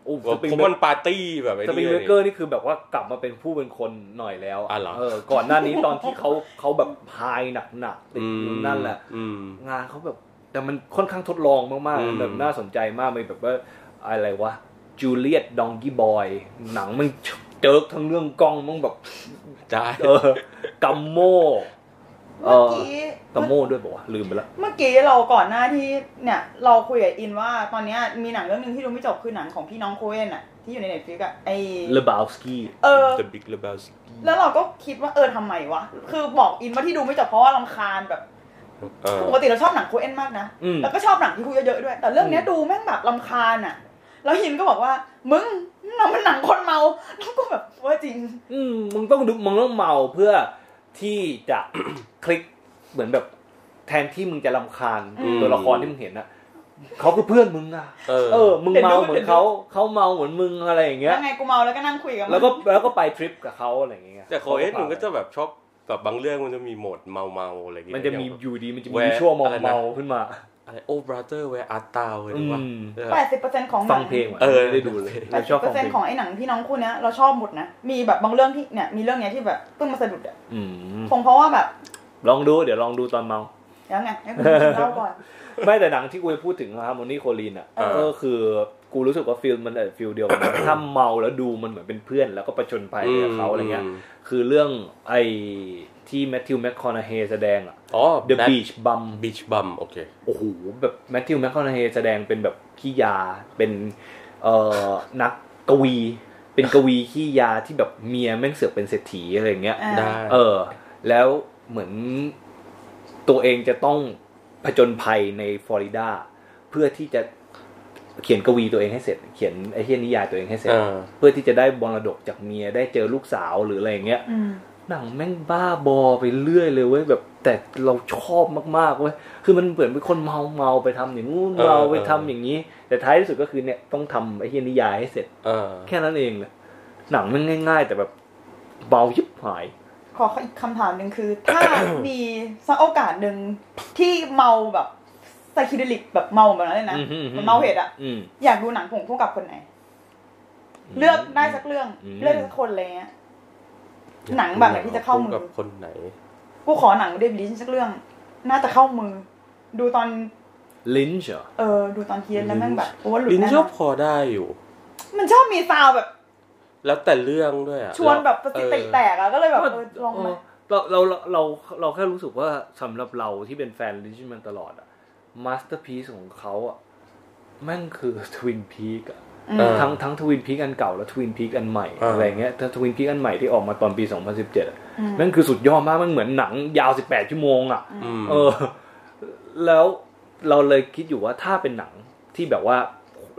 โอ้
เพ
สปริง
ราะ
เบ
มันปาร์ตี้แบบไอ้
สปริ
นี่
ง
เล
เบ
ย
เกอ
นี่
ร์นี่คือแบบว่ากลับมาเป็นผู้เป็นคนหน่อยแล้ว
อ่ะเหรอ
เออก่อนหน้านี้ตอนที่เขาเขาแบบพายหนักๆติด
อืม
อยู่นั่นแหละ
อืม
งานเขาแบบแต่มันค่อนข้างทดลองมาก
อืม
ๆแบบน่าสนใจมากมีแบบว่าอะไรวะจูเลียตดองกี้บอยหนังมันเจิกทั้งเรื่องกล้องมันแบบ
ได้
เออกัมโมเอ
เมื่อ
อ
กี้
กัมโมด้วยปะวะลืมไปละ
เมื่อกี้เราก่อนหน้าที่เนี่ย เราคุยกับอินว่าตอนเนี้ยมีหนังเรื่องหนึงที่ดูไม่จบคือหนังของพี่น้องโคเอนอะที่อยู่ในเน็ตฟลิกอะไอ
เลบาวสกี้
เออ
The Big Lebowski
แล้วเราก็คิดว่าเออทำไมวะ คือบอกอินว่าที่ดูไม่จบเพราะว่าลำคาญแบบ
เออ
ปกติเราชอบหนังโคเอนมากนะ
อืม
แล้วก็ชอบหนังที่คุยเยอะๆด้วย แต่เรื่องเนี้ยดูแม่งแบบลำคาญอะแล้วหินก็บอกว่ามึงนั่นมันหนังคนเมาแล้วก็แบบว่าจริง
อืมมึงต้องดูมึงต้องเมาเพื่อที่จะ คลิกเหมือนแบบแทนที่มึงจะลำคาญ
อืม
ตัวละครที่มึงเห็นอะเขาคือเพื่อนมึงอะ
เออ
เออมึงเมาเหมือนเขาเขาเมาเหมือนมึงอะไรอย่างเงี้ย
ยังไงกูเมาแล้วก็นั่งคุยกับมัน
แล้วก็แล้วก็ไปทริปกับเขาอะไรอย่างเงี้ย
แต่โคเอ็นมันก็จะแบบชอบแบบบางเรื่องมันจะมีโหมดเมาเมาๆอะไรอย่างเงี้ย
มันจะมีอยู่ดีมันจะมี
แวะ
ช่วงมอง
อะไรนะ
เมาขึ้นมา
อะไรโอ้บราเธอร์แวร์อาร์ตาวเลยหรือว่า
อืม
เออ
แปดสิบเปอร์เซ็นต์ของหนั
ฟังเพลงว่ะ
เออ
ไม่ได้ดูเลย
แป
เรา
ด
ช
สิ
อบบ
เปอ
ฟัง
ร์
เพ
เซ็
ล
นต์
ง
ของไอ้หนังพี่น้องคู่เนี้ยเราชอบหมดนะ มีแบบบางเรื่องที่เนี่ยมีเรื่องเนี้ยที่แบบเพิ่งมาสะดุดอะ
อืม
คงเพราะว่าแบบ
ลองดูเดี๋ยวลองดูตอนเมา
แล้วไงให้คุณกินเหล่าก่อน
ไม่แต่หนังที่กูจะพูดถึงฮาร์โมนีโคลินอ่ะ
เออ
ก็คือกูรู้สึกว่าฟิลมันอาจจะฟิลเดียวกันนะ ถ้าเมาแล้วดูมันเหมือนเป็นเพื่อน แล้วก็ประชนภัยไปกับเขาอะไรเงี้ย
ม
คือเรื่องไอ้ที่แมทธิวแมคคอนาเฮแสดงอ่ะ
อ๋อ
The Beach Bum
บีชบัมโอเค
โอ้โหแบบแมทธิวแมคคอนาเฮแสดงเป็นแบบขี้ยาเป็นเอ่อนักกวี เป็นกวีขี้ยาที่แบบเมียแม่งเสือกเป็นเศรษฐีอะไรเงี้ย
อ่า
ได้
เออ แล้วเหมือนตัวเองจะต้องผจญภัยในฟลอริดา เพื่อที่จะเขียนกวีตัวเองให้เสร็จ เขียนไอ้เทียนิยายตัวเองให้เสร็จ
อ่า
เพื่อที่จะได้บรดกจากเมียได้เจอลูกสาวหรืออะไรอย่างเงี้ย
อืม
หนังแม่งบ้าบอไปเรื่อยเลยเว้ยแบบแต่เราชอบมากๆเว้ยคือมันเหมือนเป็นคนเมาเมาไปทำอย่างงู้น
เออ
เมาไป
เออ
ทำอย่างนี้ แต่ท้ายที่สุดก็คือเนี่ยต้องทำไอ้เฮียนิยายให้เสร็จ
อ่า
แค่นั้นเองเลยหนังแมันง่าย ๆ แต่แบบเบายิบหาย
ขออีกคำถามหนึ่งคือ ถ้า มีสักโอกาสหนึ่งที่เมาแบบไซคิเดลิกแบบเมาแบบนั้นเลยนะ
อือฮึอือฮึ
มันเมาเห็ดอะ
อืม
อยากดูหนังผงผู้กับคนไหน เลือกได้สักเรื่อง
อืม
เลือกสักคนอะไรเงี้ย หนังแบบไหนที่จะเข้ามือ
กับคนไหน
กูขอหนังเดวิดลินช์สักเรื่อง น่าจะเข้ามือ ดูตอน
ลินช์เหรอ
เออ ดูตอนเทียนแล้วแม่งแบบโอ้หลุด
ลิน
แน่
ช
น
อ
อบ น
พอได้อยู่
มันชอบมีซาวแบบ
แล้วแต่เรื่องด้วยอะ
ชวนแบบปฏิติแตกอะก็เลยแบบเออลอง
เอ
มา
อเราเราเราเราเราแค่รู้สึกว่าสำหรับเราที่เป็นแฟนลินช์มันตลอดอะมาสเตอร์พีซของเขาอะแม่งคือทวินพีกอะ
อืม
เออ
ทั้งทั้งทวินพีกอันเก่าและทวินพีกอันใหม่
อ่า
อะไรเงี้ยถ้าทวินพีกอันใหม่ที่ออกมาตอนปี 2017อะ
อืม
นั่นคือสุดยอดมากมันเหมือนหนังยาว 18 ชั่วโมงอ่ะ
อืม
เออ แล้วเราเลยคิดอยู่ว่าถ้าเป็นหนังที่แบบว่า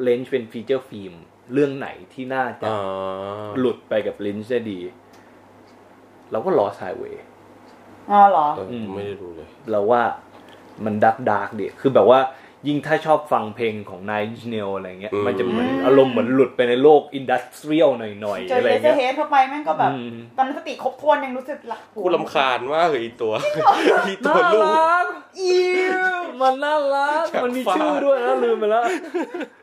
เลนจ์เป็นฟีเจอร์ฟิล์มเรื่องไหนที่น่าจะ
อ่า
หลุดไปกับเลนจ์ได้ดี เราก็ลอสไฮเวย์
อ๋อเหรอ
เออไม่ได้ดูเลย
เราว่ามันดักดาร์กดิคือแบบว่ายิ่งถ้าชอบฟังเพลงของนายเนลอะไรเงี้ย มันจะเหมือน
อืม
อารมณ์เหมือนหลุดไปในโลกอินดัสเทรียลหน่อย
เจ
ๆ
อ
อะไร
เลเซอ
เงี้
ร์
ย
เฮดเข้าไปแม่งก็แบบ
อืม
ตอนนั้นสติครบถ้วนยังรู้สึกหลัก
กูลำคาญมากเลยไอ้ตัว ไอีตัวลูก
ก
อิว
มันน่ารัก
จาก
มันมี
ฟ้า
ชื่อด้วยนะลืมไปแล้ว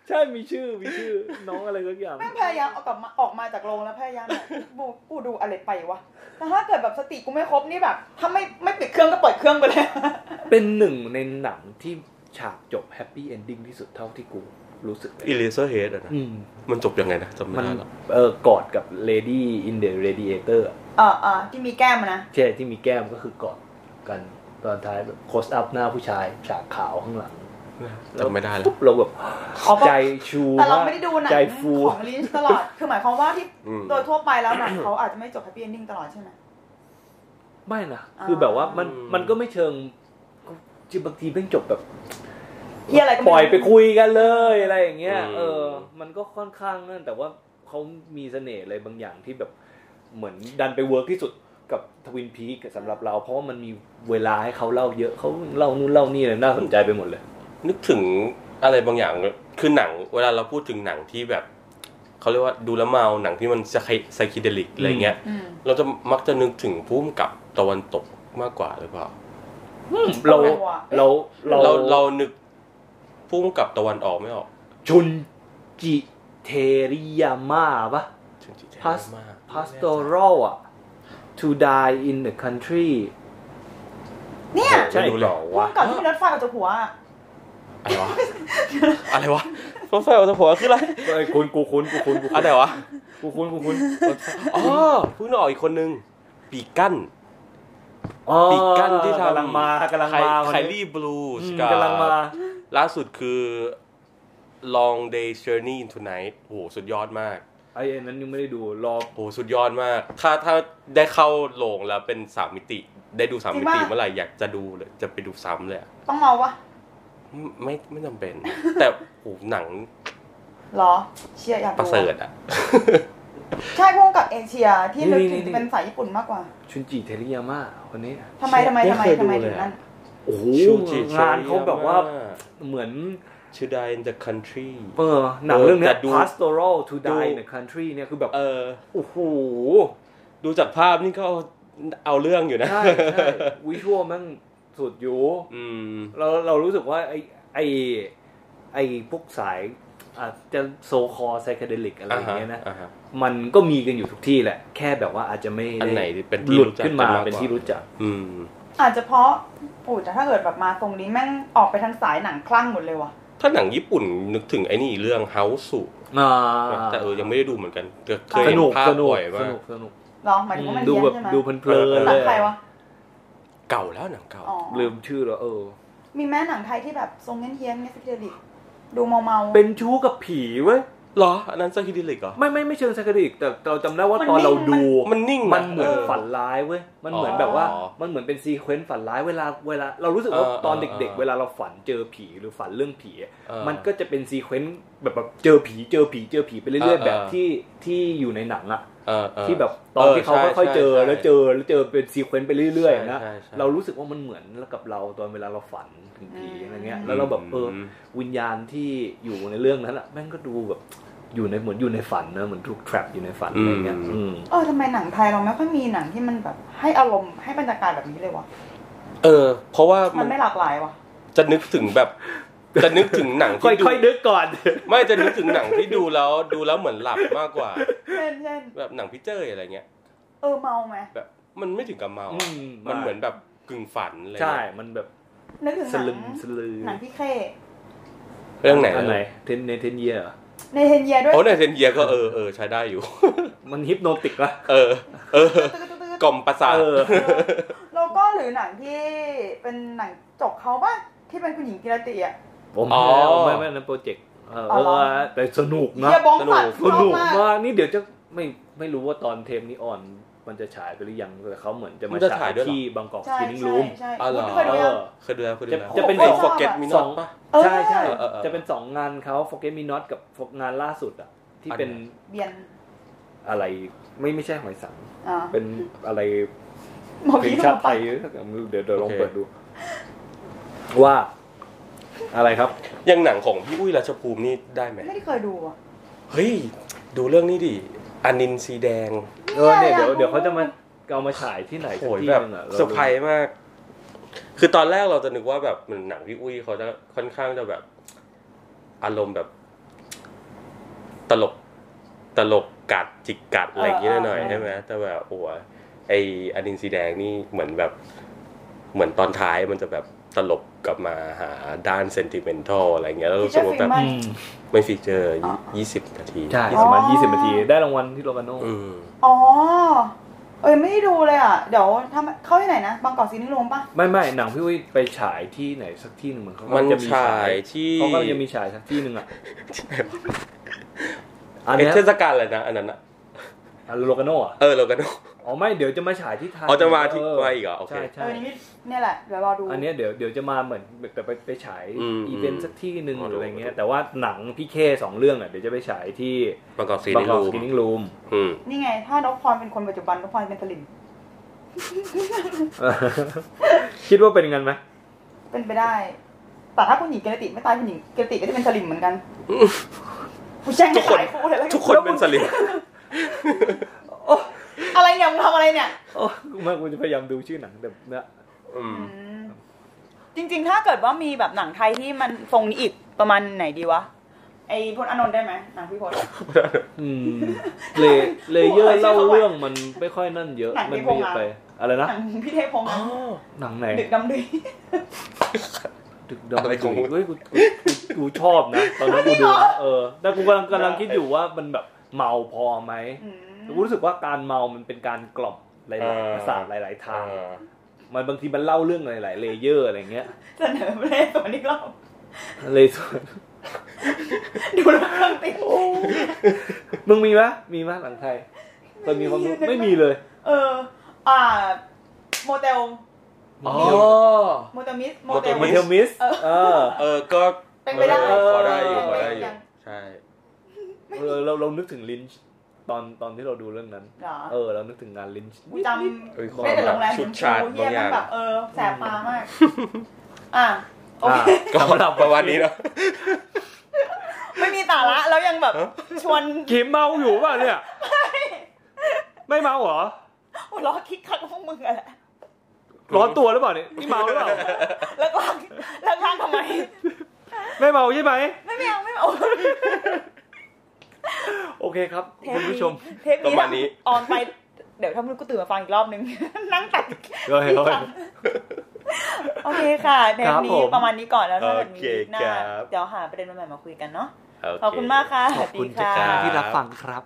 ใช่มีชื่อมีชื่อ น้องอะไรสักอย่าง
แม่งพยายามเอากลับมาออกมาจากโรงแล้วพยายามแบบกูกูดูอะไรไปวะ แต่ถ้าเกิดแบบสติกูไม่ครบนี่แบบถ้าไม่ไม่ปิดเครื่องก็เปิดเครื่องไปเลย
เป็นหนึ่งในหนังที่ฉากจบแฮปปี้เอนดิ้งที่สุดเท่าที่กูรู้สึกเลย
อีเลเซอร์เฮดอะนะ
อืม
มันจบยังไงนะจำไม่
มัน
ได้แล้ว
เออกอดกับ Lady in the Radiator อะ
เออเออที่มีแก้มอะนะ
ใช่ที่มีแก้มก็คือกอดกันตอนท้ายแบบโคสอัพหน้าผู้ชายฉากขาวข้างหลัง
จำไม่ได้แล้ว
ปุ๊บเราแบบ
อ๋อก็
ใจชู
แต่เรา
ก
ไม่ได้ดูหนัง
ใจฟู
ของลินช์ตลอด คือหมายความว่าที่
อืม
โดยทั่วไปแล้วหนังเขาอาจจะไม่จบแฮปปี้เอนดิ้งตลอดใช่ไหม
ไม่นะ
อ่า
คือแบบว่ามัน
อืม
มันก็ไม่เชิงคือบางทีเพิ่งจบแบบ
เหียอะไรก็ม่
ป
รู้
ล่อยไปคุยกันเลยอะไรอย่างเงี้ย
อืม
เออ มันก็ค่อนข้างนั่นแต่ว่าเขามีเสน่ห์อะไรบางอย่างที่แบบเหมือนดันไปเวิร์กที่สุดกับทวินพีกสำหรับเรา เพราะว่ามันมีเวลาให้เขาเล่าเยอะเขาเล่านู่นเล่านี่เลยน่าสนใจไปหมดเลย
นึกถึงอะไรบางอย่างคือหนัง เวลาเราพูดถึงหนังที่แบบเขาเรียกว่าดูแล้วเมาหนังที่มันไซไซคิเดลิกอะไรเงี้ย
อืม
เราจะมักจะนึกถึงพุ่มกับตะวันตกมากกว่าหรือเปล่า
เราเราเรา
เราเรานึกพุ่มกับตะวันออกไม่ออก
ชุนจิเทริยาม่าปะ
จริงๆ
Pas-
มาก
พาสโตรอลอะ to die in the country
เนี่ย
ใช่ดูหรอ
พว
วะ
กกับที่มีรถไฟออกจากหัวอะ
อะไรวะ อะไรวะรถไฟออกจากหัวคืออะไร
เอ้ยคุณกูคุณกูคุณกู
อะไรวะ
กูคุณกูคุณ
อ๋อเพุ่งออกอีกคนนึง ปีกั้น
อ๋อ
ปีกกั้นที่ทำ
กำลังมากำลัง
ไค
มา
ไคลี่บลู
อื
ส
ม
กับ
กำลังมา
ล่าสุดคือ Long Day Journey into Night โหสุดยอดมาก
ไอ้อันนั้นยังไม่ได้ดูรอ
โหสุดยอดมาก ถ้าถ้าได้เข้าโรงแล้วเป็นสามมิติ ได้ดูสามมิติเมื่อไหร่อยากจะดูเลย จะไปดูซ้ำเลยอะ
ต้องเมาวะ
ไม่ไม่ไม่จำเป็น แต่โหหนัง
เหรอ เชียอยาก
ประ
ดู
เสริฐอ่ะ
ใช่พวกกับเอเชียที่นึกถึงเป็นสายญี่ปุ่นมากกว่า
ชุนจิเทริยาม่าคนนี้
ทำไมทำไมทำไมทำไมถึงนั่น
โอ้โห
ชูจิ
งานเขาแบบว่า
เชยาม่
เหมือน
To Die in the Country
เออหนังเรื่องเนี้
แต่
ย
ดู
pastoral to
ดู
die in the country เนี่ยคือแบบ
เออ
โอ้โห
ดูจากภาพนี่ก็เอาเอาเรื่องอยู่นะ
ใช่ใช่ วิชวลแมันสุดอยู่
อืม
เราเรารู้สึกว่าไอไอไอพวกสายอาจจะโซคอไซคเดลิกอะไรอย่างเงี้ยนะ
อ่าฮะ
มันก็มีกันอยู่ทุกที่แหละ แค่แบบว่าอาจจะไม่
อันไหน
ด้
ที่เป็นที่
หลุด
รู้จัก
ขึ้นมา
กันมากกว่า
เป็นที่รู้จัก
อืม
อาจจะเพราะอุ้ยแต่ถ้าเกิดแบบมาตรงนี้แม่งออกไปทางสายหนังคลั่งหมดเลยว่ะ
ถ้าหนังญี่ปุ่นนึกถึงไอ้นี่เรื่อง House
อ่า
แต่เออยังไม่ได้ดูเหมือนกันแต่เคย
ส
เห็น
นุก
ภาพ
สนุก
บ่อย
ส
มาก
นุกสนุก
ลองหมายถึงว่ามัน
ดู
เฮี้ย
แบ
นใช่
บ
ไหม
ดูเพลินๆ
หนั
เล
ง
ย
ใครวะ
เก่าแล้วหนังเก่า
อ๋อ
ลืมชื่อแล้วเออ
มีแม่หนังไทยที่แบบทรงเงี้ยนเฮี้ยนเงี้ยสปิริตดูเมาเมาๆ
เป็นชู้กับผีเว้ย
เหรอ อันนั้นซาคิดิลิกเหรอ
ไม่ไม่ไม่เชิงไซคดิกแต่เราจำได้ว่า
มัน
ตอนเรา
นิ่
ดู
ง
มันนิ่งะ
มันเหมือน
เออ
ฝันร้ายเว้ยมันเหมือน
อ๋อ
แบบว่า มันเหมือนเป็นซีเควนต์ฝันร้ายเวลาเวลา เรารู้สึกว่า
เออ
ตอน
เออ
เด็ก
เออ
ๆ เวลาเราฝันเจอผีหรือฝันเรื่องผีอะ
เออ
มันก็จะเป็นซีเควนต์แบบแบบเจอผีเจอผีเจอผีไปเรื่อยๆ
เออเออ
แบบที่ที่อยู่ในหนังอ่ะ
เออเออ
ที่แบบตอนที่เขา
ใช่
ค่อยๆเจอ
ใช่
แล้วเจอแล้วเจอเป็นซีเควนต์ไปเรื่อยๆนะ
ใช่ใช่ใช่
เรารู้สึกว่ามันเหมือนกับเราตอนเวลาเราฝันถึงผีอะไรเงี้ยแล้วเราแบบเออ
ม
วิญญาณที่อยู่ในเรื่องนั้นอะแม่งก็ดูแบบอยู่ในเหมือนอยู่ในฝันนะเหมือนถูก trap อยู่ในฝันอะไรเงี้ย
อืม
อืม
เออทำไมหนังไทยเราไม่ค่อยมีหนังที่มันแบบให้อารมณ์ให้บรรยากาศแบบนี้เลยวะ
เออ เพราะว่า
มั
มัน น
ไม่หลากหลายวะ
จะนึกถึงแบบ จะนึกถึงหนัง
ค่
ที่ดู
อยๆนึกก่อน
ไม่จะนึกถึงหนังที่ดูแล้วดูแล้วเหมือนหลับมากกว่า
เช่นเช่น
แบบหนังพี่เจ้ยอะไรเงี้ย
เออเมาไหม
แบบมันไม่ถึงกับเมา
อื
อะ
ม
มันเหมือนแบบกึ่งฝันอะไร
ใช่
เงี้ย
มันแบบ
นึกถึง
ส
ห
ลึ
นัง
มสลือ
หนังพี่เค่
เรื่องไหน
อันไหนเทนเนเทนเยีย
ในเฮนเยียด้วย
โอ้ในเซนเยียก็เออเออใช้ได้อยู่
มันฮิปโนติกปะ
เออ เออ
ตึ๊ดตึ๊ดตึ๊ด
กล่อมประสาท
เออ
เออแล้วก็หรือหนังที่เป็นหนังจกเขาบ้างที่เป็นคุณหญิงกิรติอ่ะ
ผม
อ๋อ
ไม่ไม่นั่นโปรเจกต์เออ
อ๋อเหรอ
แต่สนุกนะ
เฮียบองสัต
ส
ชอบ
นุก
มาก
มากนี่เดี๋ยวจะไม่ไม่รู้ว่าตอนเทมนี้ออน มันจะฉายไปหรือยังแต่เขาเหมือนจะ
มั
มาน
จะ
ฉา
ฉาย
ย
ด้วยเหรอ
ที่บางกอกส
ใช่
กรีนิ่งรู
ใช่
ม
ใช่
อ๋อเหรอ
คุณเคยดูยัง
เคยดูแล้วเคยดูแล้ว
จะเป็น
ไอ้
สอง
forget me
ส
not
อง
ปะ
เออ
ใช่ใช่
เออเออเออ
จะเป็นสองงานเขา Forget Me Not กับงานล่าสุดอะที่
อันไหน
เป็น
เบียน
อะไรไม่ไม่ใช่หอยสัง
อ่า
เป็นอะไร
หมอ
เพล
ผี
ง
ดู
ชาติไท
ปะ
ยเดี๋ยวเดี๋ยวลอง
โอเค
เปิดดู ว่าอะไรครับ
อยังหนังของพี่อุ้ยราชภูมินี่ได้ไหม
ไม่ได้เคยดูอ่ะ
เฮ้ย ดูเรื่องนี้ดิอานินทร์สีแดง
เออเนี่ย
อยาก
เดี๋ยว
รู้
เดี๋ยวเขาจะมาเอามาฉายที่ไหนสัก
โอ้ย
ที่
แบบ
นึงอะ
เซอร์ไพรส์มาก คือตอนแรกเราจะนึกว่าแบบเหมือนหนังพี่อุ้ยเขาจะค่อนข้างจะแบบ อารมณ์แบบ ตลก ตลกกัดจิกกัดอะไรอย่างเงี้ยหน่อย
เออเออ
ใช่ไหมแต่แบบโอ้ยไออานินทร์สีแดงนี่เหมือนแบบ เหมือนตอนท้ายมันจะแบบตลบกลับมาหาด้านเซนติเมนทัลอะไรอย่างเงี้ยแล้ว
ที่
รู้สึ
จะฟิ
กว่าแบบ
ล์มมัน
อืม
ไม่ฟีเจอร์ยี่สิบนาที
ใช่ประมาณยี่สิบนาทีได้รางวัลที่โรมาโน่
อืม
อ๋อเอ้ยไม่ได้ดูเลยอ่ะ เดี๋ยวถ้าเข้าที่ไหนนะบางกอกซีนิโรมปะ
ไม่ไม่หนังพี่อุ้ยไปฉายที่ไหนสักที่หนึ่งเหมือนเขา
มัน
จะมี
ฉายที่
เขาก็จะมีฉายสักที่หนึ่งอะอัน
เอ้ย
เนี้ย
เทศกาลอะไรนะ อันนั้นอะ
อันโรกาโน่อะ
เออโลกาโน
อ๋อไม่เดี๋ยวจะมาฉายที่ไทย
อ๋อจะมาที่
เ
มาอีกเหรอโอเค
เอ
ใช่ใช่
อนี่เนี่ยแหละ เดี๋ยวรอดู
อันเนี้ยเดี๋ยวเดี๋ยวจะมาเหมือนแต่ไปไปฉาย
อืม
อีเวนต์สักที่หนึ่ง
อ๋อ
ห
ดู
รืออะไรเงี้ยแต่ว่าหนังพี่เคสองเรื่องอ่ะเดี๋ยวจะไปฉายที่
บางกอกซี
บาง
นิ
ก
รู
อก
ม
สกินิ่งรูม
อืม
นี่ไง ถ้านกพรเป็นคนปัจจุบันนกพรเป็นสลิม
คิดว่าเป็นกันไหม
เป็นไปได้ แต่ถ้าคุณหญิงเกรติไม่ตายคุณหญิงเกรติก็จะเป็นสลิมเหมือนกันกูแช่งให้ตายคู่เลยแล้ว
ทุกคนเป็นสลิม
อะไรเนี่ยมึงทำอะไรเนี่ย
โอ้ไมากูจะพยายามดูชื่อหนังแต่เนี่ย
อืม
จริง ๆ ถ้าเกิดว่ามีแบบหนังไทยที่มันทรงนี้อีกประมาณไหนดีวะ ไอพลอานนท์ได้ไหมหนังพี่พล
อืม เลเลเยอร์เล่าเรื่องมันไม่ค่อยนั่นเยอะ
หนัง
มัน
ที่
ไม่
พงษ์อะ
ไป อะไรนะ
หนังพี่เทพพงษ์อะ
หนังไหน
ดึกดำดึก
ดึกดำ
อะไรของมึง
เฮ้ยกูกูกูชอบนะตอนนั้นกูดูนะเออแต่กูกำลังกำลังคิดอยู่ว่ามันแบบเมาพอไหม
อืม
รู้สึกว่าการเมา มันเป็นการกล่อมหลาย
เออ
ๆภาษาทหลาย ๆ ทาง
เออ
มันบางทีมันเล่าเรื่องหลาย ๆ เลเยอร์อะไรเงี้ย
เสนอเพลงตัวนี้เรา
เลยส่วน
ดูแล้วเครื่องติด
มึงมีปะมีปะหลังไทยตอนมีความรู้ไม่มีเลย
เออ อ่า โมเตล
อ๋อ
โมเตลมิส โมเตล
Motel
มัน
Miss
เทลมิส เออ
เออก็
เป็นไปได้
ออพอได้อยู่พอได้อยู่
ยัง
ใช่
เราเราเรานึกถึงลินช์ตอนตอนที่เราดูเรื่องนั้น
เหรอ
เออ เรานึกถึงงานลินช์
กูจ
เอ้ยค
ำ
วาม
ได้แต่โรงแรม
ชุดชาด
ชมพู
บาง
เยี่ยม
อย่าง
แบบ เออ แสบตามาก อ่ะ โอเค
ก็ประมาณนี้เนาะ
ไม่มีสาระแล้วยังแบบ ชวน
กิมเมาอยู่ป่ะเนี่ย ไม่เมาเหรอ
หัวล้อคิกคักพวกมึงอะแหละ
ร้อนตัวหรือเปล่าเนี่ยนี่เมาหรือเปล่า
แล้วก็แล้วข้างทำไม
ไม่เมาใช่ไหม
ไม่ไม่เอาไม่เอา
โอเคครับ คุณผู้ชม
เทป
ประมาณนี้
นี้ออนไป เดี๋ยวถ้ามึงกูตื่นมาฟังอีกรอบนึง นั่งตัด
เฮ้ยเฮ้ย
โอเคค่ะเทป
ครับ
นี้
ผม
ประมาณนี้ก่อนแล้วถ้าเกิดมี
โอเค
หน้า
ครับ
เดี๋ยวหาประเด็นใหม่ๆมาคุยกันเนาะ
โเ
ขอบคุณมากค่ะสวัสดี
ทุก
ค่ะ
ท่านที่รับฟังครับ